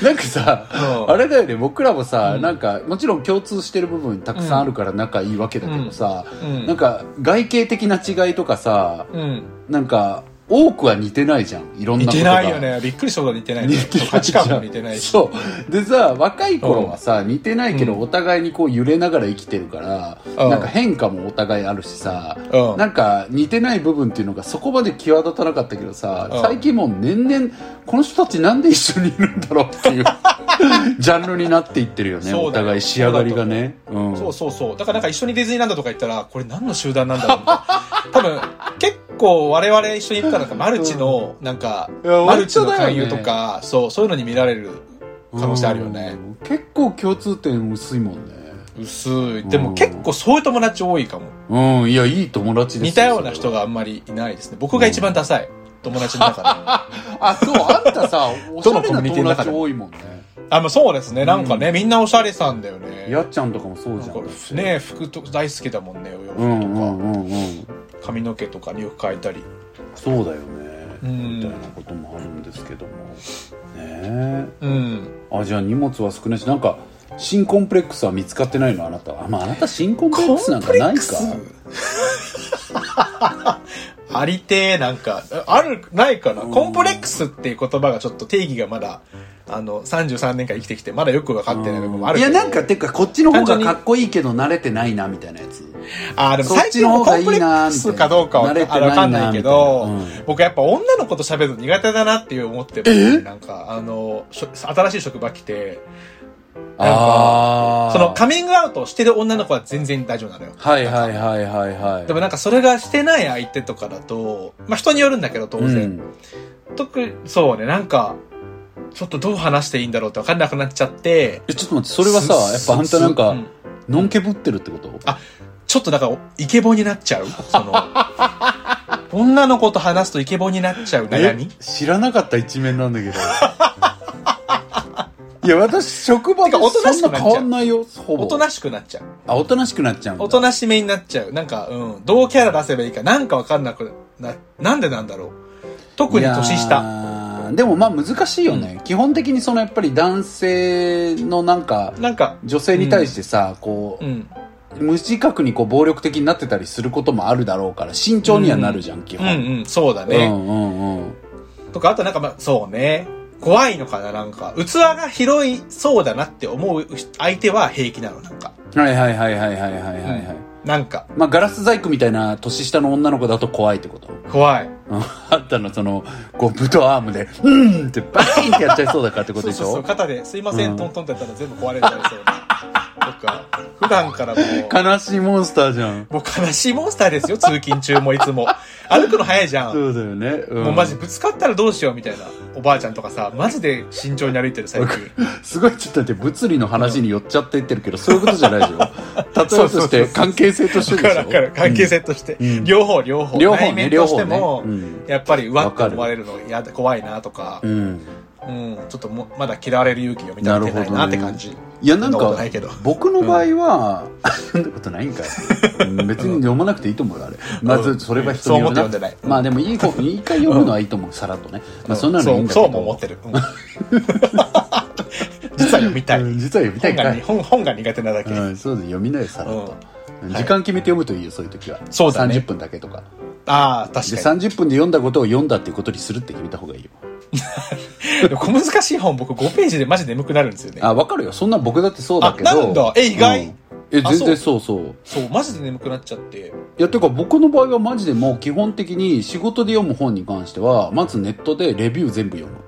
Speaker 3: なんかさ、
Speaker 2: うん
Speaker 3: あれだよね僕らもさ、
Speaker 2: うん
Speaker 3: なんかもちろん共通してる部分たくさんあるから仲いいわけだけどさ、
Speaker 2: うん。
Speaker 3: なんか外形的な違いとかさ
Speaker 2: うん。
Speaker 3: なんか多くは似てないじゃんいろんな
Speaker 2: 似
Speaker 3: こと
Speaker 2: て
Speaker 3: が
Speaker 2: ないよね。びっくりしたほど似てないね。
Speaker 3: 似てない
Speaker 2: 価値観も似てないし。
Speaker 3: そうでさ若い頃はさ似てないけどお互いにこう揺れながら生きてるから、
Speaker 2: うん
Speaker 3: なんか変化もお互いあるしさ、
Speaker 2: うん
Speaker 3: なんか似てない部分っていうのがそこまで際立たなかったけどさ、
Speaker 2: うん
Speaker 3: 最近もう年々この人たちなんで一緒にいるんだろうっていう ジャンルになっていってるよね
Speaker 2: そうだよ
Speaker 3: お互い仕上がりがねうん
Speaker 2: そうそうそう。だからなんか一緒にディズニーランドとか行ったら、これ何の集団なんだろうみたいな。多分、結構我々一緒に行ったら、マルチの、なんか、
Speaker 3: いや
Speaker 2: マルチの
Speaker 3: 割とだ
Speaker 2: 勧
Speaker 3: よ
Speaker 2: 誘
Speaker 3: ね
Speaker 2: とか、そう、そういうのに見られる可能性あるよね。
Speaker 3: うん結構共通点薄いもんね
Speaker 2: 薄い。で
Speaker 3: うん
Speaker 2: も結構そういう友達多いかも。
Speaker 3: うんいやいい友達です
Speaker 2: 似たような人があんまりいないですね。僕が一番ダサい。友達の 中で。
Speaker 3: あそうあんた さおしゃれな
Speaker 2: どのコミュニティ
Speaker 3: 友
Speaker 2: の中
Speaker 3: 達
Speaker 2: で
Speaker 3: 多いもんね
Speaker 2: あ、まあそうですね。なんかね、みんなおしゃれさんだよね。
Speaker 3: やっちゃんとかもそう
Speaker 2: な
Speaker 3: じ
Speaker 2: ん
Speaker 3: ゃ
Speaker 2: か
Speaker 3: ん。
Speaker 2: ね、服と大好きだもんね。お洋服と
Speaker 3: う
Speaker 2: か、
Speaker 3: んうんうんうん。
Speaker 2: 髪の毛とかによく変えたり。
Speaker 3: そうだよね。
Speaker 2: うん
Speaker 3: みたいなこともあるんですけども。ねえ。
Speaker 2: うん。
Speaker 3: あ、じゃあ荷物は少ないし、なんか、新コンプレックスは見つかってないのあなたは。まあ、あなた新コンプレックスなんかないか。
Speaker 2: ありてーなんか、ある、ないかな。コンプレックスっていう言葉がちょっと定義がまだ、あの、33年間生きてきて、まだよく分かってない部分もある
Speaker 3: い
Speaker 2: け
Speaker 3: や、
Speaker 2: ど。
Speaker 3: なんか、てか、こっちの方が
Speaker 2: 単純に
Speaker 3: かっこいいけど慣れてないな、みたいなやつ。
Speaker 2: あーでも
Speaker 3: そっ
Speaker 2: 最
Speaker 3: ち
Speaker 2: 近
Speaker 3: の方
Speaker 2: もコ
Speaker 3: が
Speaker 2: ン
Speaker 3: いい
Speaker 2: プレ
Speaker 3: な
Speaker 2: ッ
Speaker 3: ー
Speaker 2: ク
Speaker 3: み
Speaker 2: ス
Speaker 3: たいな
Speaker 2: かどうかは
Speaker 3: 慣れてないな
Speaker 2: わかんないけど、
Speaker 3: みたいなうん
Speaker 2: 僕やっぱ女の子と喋るの苦手だなっていう思ってるなんか、あの、しょ新しい職場来て、なん
Speaker 3: あ
Speaker 2: か
Speaker 3: あ。
Speaker 2: そのカミングアウトをしてる女の子は全然大丈夫なのよ。
Speaker 3: はいはいはいはいはい。
Speaker 2: でもなんかそれがしてない相手とかだと、まあ人によるんだけど当
Speaker 3: う
Speaker 2: 然。
Speaker 3: ん
Speaker 2: 特そうね、なんか、ちょっとどう話していいんだろうって分かんなくなっちゃって、
Speaker 3: え、ちょっと待って、それはさ、やっぱあんたなん
Speaker 2: う
Speaker 3: か、のんけぶってるってこと
Speaker 2: ちょっとだから、イケボになっちゃう。その、女の子と話すとイケボになっちゃう悩み
Speaker 3: え知らなかった一面なんだ けどいや私職場
Speaker 2: てかおとなしくなっち
Speaker 3: そんな
Speaker 2: ゃう
Speaker 3: 変わんないよほぼ
Speaker 2: おとなしくなっちゃう。
Speaker 3: あおとなしくなっちゃうんだ
Speaker 2: おとなしめになっちゃう。なんか、うん。どうキャラ出せばいいか、なんかわかんなくな、なんでなんだろう。特に年
Speaker 3: い
Speaker 2: 下。
Speaker 3: やーでもまあ難しいよね、基本的にそのやっぱり男性のなんか
Speaker 2: なんか、
Speaker 3: 女性に対してさ、こ
Speaker 2: うん。
Speaker 3: う無自覚にこう暴力的になってたりすることもあるだろうから慎重にはなるじゃん、基
Speaker 2: う
Speaker 3: 本、
Speaker 2: んうん、そうだ
Speaker 3: う
Speaker 2: ね。
Speaker 3: んうんうん
Speaker 2: とか、あとなんか、まあ、そうね。怖いのかな、なんか。器が広いそうだなって思う相手は平気なの、なんか。
Speaker 3: はいはいはいはいはいはいはいはい、
Speaker 2: なんか、
Speaker 3: まあガラス細工みたいな年下の女の子だと怖いってこと
Speaker 2: 怖い。
Speaker 3: うん あったのそのゴムとアームで「うん!」ってバキンってやっちゃいそうだからってこと
Speaker 2: そう
Speaker 3: でし
Speaker 2: そうそう、
Speaker 3: ょ
Speaker 2: 肩で、すいませ
Speaker 3: うん
Speaker 2: ん、トントンってやったら全部壊れちゃいそうな。とか、普段からもう。
Speaker 3: 悲しいモンスターじゃん
Speaker 2: もう悲しいモンスターですよ、通勤中もいつも。歩くの早いじゃん。
Speaker 3: そうだよね、うん
Speaker 2: もうマジぶつかったらどうしようみたいなおばあちゃんとかさマジで慎重に歩いてる最近
Speaker 3: すごいちょっと待って物理の話に寄っちゃっていってるけどそういうことじゃないでしょ例えと
Speaker 2: そうそう
Speaker 3: し
Speaker 2: そう
Speaker 3: て関係性としてで
Speaker 2: だ か
Speaker 3: し
Speaker 2: ら
Speaker 3: ょ
Speaker 2: ら関係性として、
Speaker 3: うん
Speaker 2: 両方両方
Speaker 3: 両方
Speaker 2: 内
Speaker 3: ね
Speaker 2: 面と
Speaker 3: 両
Speaker 2: し
Speaker 3: 方
Speaker 2: て
Speaker 3: ね
Speaker 2: も、
Speaker 3: うん
Speaker 2: やっぱりうわ
Speaker 3: わ
Speaker 2: って
Speaker 3: かる
Speaker 2: 思われるのやだ怖いなとか
Speaker 3: う、ん
Speaker 2: うんちょっともまだ嫌われる勇気を見た
Speaker 3: な
Speaker 2: て
Speaker 3: るほど
Speaker 2: な
Speaker 3: ね
Speaker 2: いなって感じ、
Speaker 3: いやなん
Speaker 2: そんなこ
Speaker 3: か
Speaker 2: とないけど
Speaker 3: 僕の場合は読んだ ことないんかいうん別に読まなくていいと思うよあれまずそれは人によるな
Speaker 2: そう思って読んでない
Speaker 3: まあでもいい方いい回読むのはいいと思うさらっとねまあそんなのいいんだけ
Speaker 2: そう
Speaker 3: ど
Speaker 2: そうも思ってる、うん 実は読みたい、
Speaker 3: うん実は読みたい
Speaker 2: 本
Speaker 3: か
Speaker 2: が
Speaker 3: い
Speaker 2: に本本が苦手なだけ、
Speaker 3: うん、そうです読みないよさらっ
Speaker 2: う
Speaker 3: と
Speaker 2: ん、
Speaker 3: 時間決めて読むといいよそういう時は
Speaker 2: そうだね
Speaker 3: 30分だけとか
Speaker 2: ああ確
Speaker 3: で
Speaker 2: か
Speaker 3: 30分で読んだことを読んだっていうことにするって決めた方がいいよ
Speaker 2: にでも小難しい本僕5ページでマジ眠くなるんですよね
Speaker 3: あ分かるよそんな僕だってそうだけど
Speaker 2: あなるんだえ意外
Speaker 3: うんえ
Speaker 2: あ
Speaker 3: 全然そうそう
Speaker 2: そうマジで眠くなっちゃって
Speaker 3: いやてか僕の場合はマジでもう基本的に仕事で読む本に関してはまずネットでレビュー全部読むだ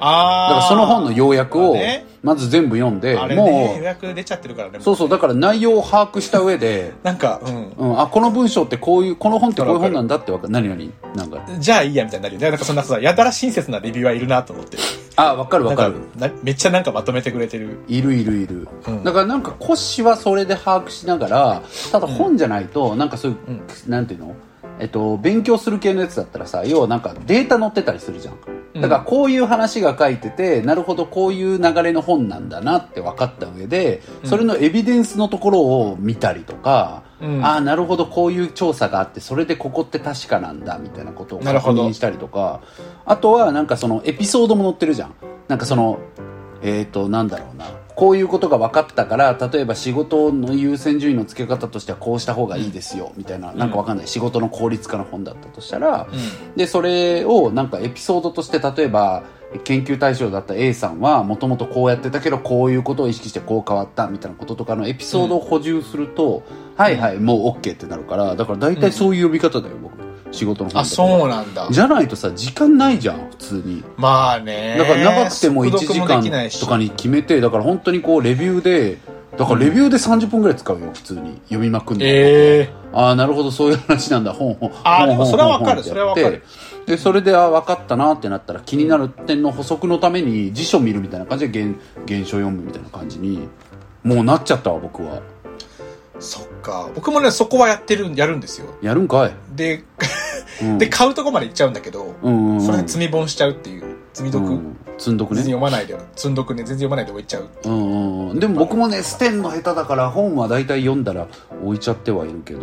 Speaker 2: ああ
Speaker 3: からその本の要約を
Speaker 2: あね
Speaker 3: まず全部読んで、
Speaker 2: あれね
Speaker 3: も
Speaker 2: 予約出ちゃってるからね
Speaker 3: うそうそうだから内容を把握した上で、
Speaker 2: なんかうん
Speaker 3: うん、あこの文章ってこういうこの本ってこういう本なんだってわかる何何なんか
Speaker 2: じゃあいいやみたいになるよねなんかそんなさやたら親切なレビューはいるなと思って
Speaker 3: あわかるわかる
Speaker 2: なんかなめっちゃなんかまとめてくれてる
Speaker 3: いるいるいる、
Speaker 2: うん
Speaker 3: だからなんか骨子はそれで把握しながらただ本じゃないとなんかそういう、なんていうのえっと、勉強する系のやつだったらさ要はなんかデータ載ってたりするじゃん、
Speaker 2: うん
Speaker 3: だからこういう話が書いてて、なるほどこういう流れの本なんだなって分かった上で、それのエビデンスのところを見たりとか、
Speaker 2: うん
Speaker 3: ああ、なるほどこういう調査があって、それでここって確かなんだみたいなことを
Speaker 2: なる
Speaker 3: 確
Speaker 2: ほど
Speaker 3: 認したりとか、あとはなんかそのエピソードも載ってるじゃん。なんかその、えっ、と、なんだろうな。こういうことが分かったから、例えば仕事の優先順位の付け方としてはこうした方がいいですよ、みたいな、なんかわかんない。仕事の効率化の本だったとしたら、で、それをなんかエピソードとして、例えば、研究対象だった A さんは、もともとこうやってたけど、こういうことを意識してこう変わった、みたいなこととかのエピソードを補充すると、はいはい、もう OK ってなるから、だから大体そういう呼び方だよ、僕。仕事の本
Speaker 2: あ、
Speaker 3: だと
Speaker 2: そうなんだ。
Speaker 3: じゃないとさ、時間ないじゃん、普通に。
Speaker 2: まあね。
Speaker 3: だから長くても1
Speaker 2: 速
Speaker 3: 時
Speaker 2: 読できない
Speaker 3: 間
Speaker 2: し
Speaker 3: とかに決めて、だから本当にこうレビューで、だからレビューで30分ぐらい使うよ、普通に。読みまくんで。
Speaker 2: ええ
Speaker 3: ああ、なるほど、そういう話なんだ、本、本。
Speaker 2: あーでも
Speaker 3: 本
Speaker 2: それはわかる
Speaker 3: 本
Speaker 2: それはわかる。
Speaker 3: 本で、それで、あー分かったなってなったら、気になる点の補足のために辞書見るみたいな感じで、現現象読むみたいな感じに、もうなっちゃったわ、僕は。
Speaker 2: そっか。僕もね、そこはやってる、やるんですよ。
Speaker 3: やるんかい。
Speaker 2: で、
Speaker 3: うん
Speaker 2: で、買うとこまで行っちゃうんだけど、
Speaker 3: うんうんうん。
Speaker 2: それで積み本しちゃうっていう。積み読、
Speaker 3: うん積んどく
Speaker 2: 全
Speaker 3: ね
Speaker 2: 然。読まないで、積んどくね、全然読まないで置いちゃう。
Speaker 3: うんうんうんでも僕もねステンの下手だから本は大体読んだら置いちゃってはいるけどっ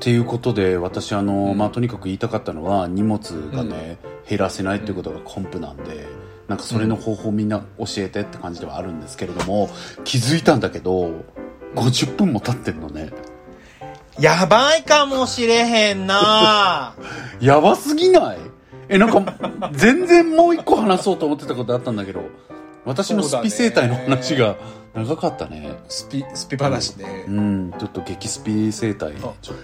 Speaker 3: ていうことで私あの、まあ、とにかく言いたかったのは荷物がね、減らせないっていうことがコンプなんでなんかそれの方法みんな教えてって感じではあるんですけれども気づいたんだけど50分も経ってんのね
Speaker 2: やばいかもしれへん な
Speaker 3: やばすぎないえなんか全然もう一個話そうと思ってたことあったんだけど私のスピ生態の話が長かったね
Speaker 2: スピ、スピ話ね
Speaker 3: う。ん、ちょっと激スピ生態ちょっ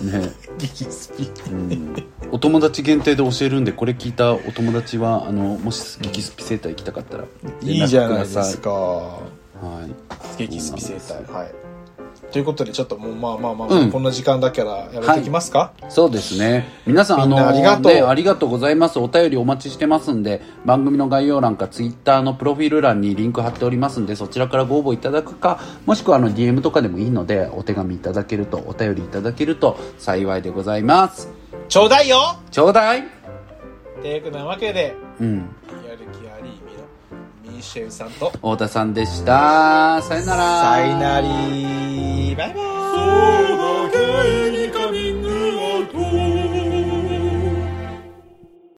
Speaker 3: とね、
Speaker 2: 激スピ。
Speaker 3: うん、お友達限定で教えるんでこれ聞いたお友達はあのもし激スピ生態行きたかったら
Speaker 2: いいじゃな
Speaker 3: 連
Speaker 2: いで
Speaker 3: 絡
Speaker 2: す
Speaker 3: く
Speaker 2: か。
Speaker 3: ださいはい
Speaker 2: 激スピ生態。はい。ということで、ちょっともうまあまあまあ、
Speaker 3: うん
Speaker 2: こんな時間だからやめていきますか、
Speaker 3: そうですね皆さん
Speaker 2: みんな
Speaker 3: あの
Speaker 2: ありがとう
Speaker 3: ねありがとうございますお便りお待ちしてますんで番組の概要欄かツイッターのプロフィール欄にリンク貼っておりますんでそちらからご応募いただくかもしくはあの DM とかでもいいのでお手紙いただけるとお便りいただけると幸いでございます
Speaker 2: ちょうだいよ
Speaker 3: ちょうだい
Speaker 2: というなわけで、
Speaker 3: うん
Speaker 2: やる気ありみのミシェルさんと、
Speaker 3: 太田さんでしたさよなら
Speaker 2: さいなりバイバイ
Speaker 1: そうだけに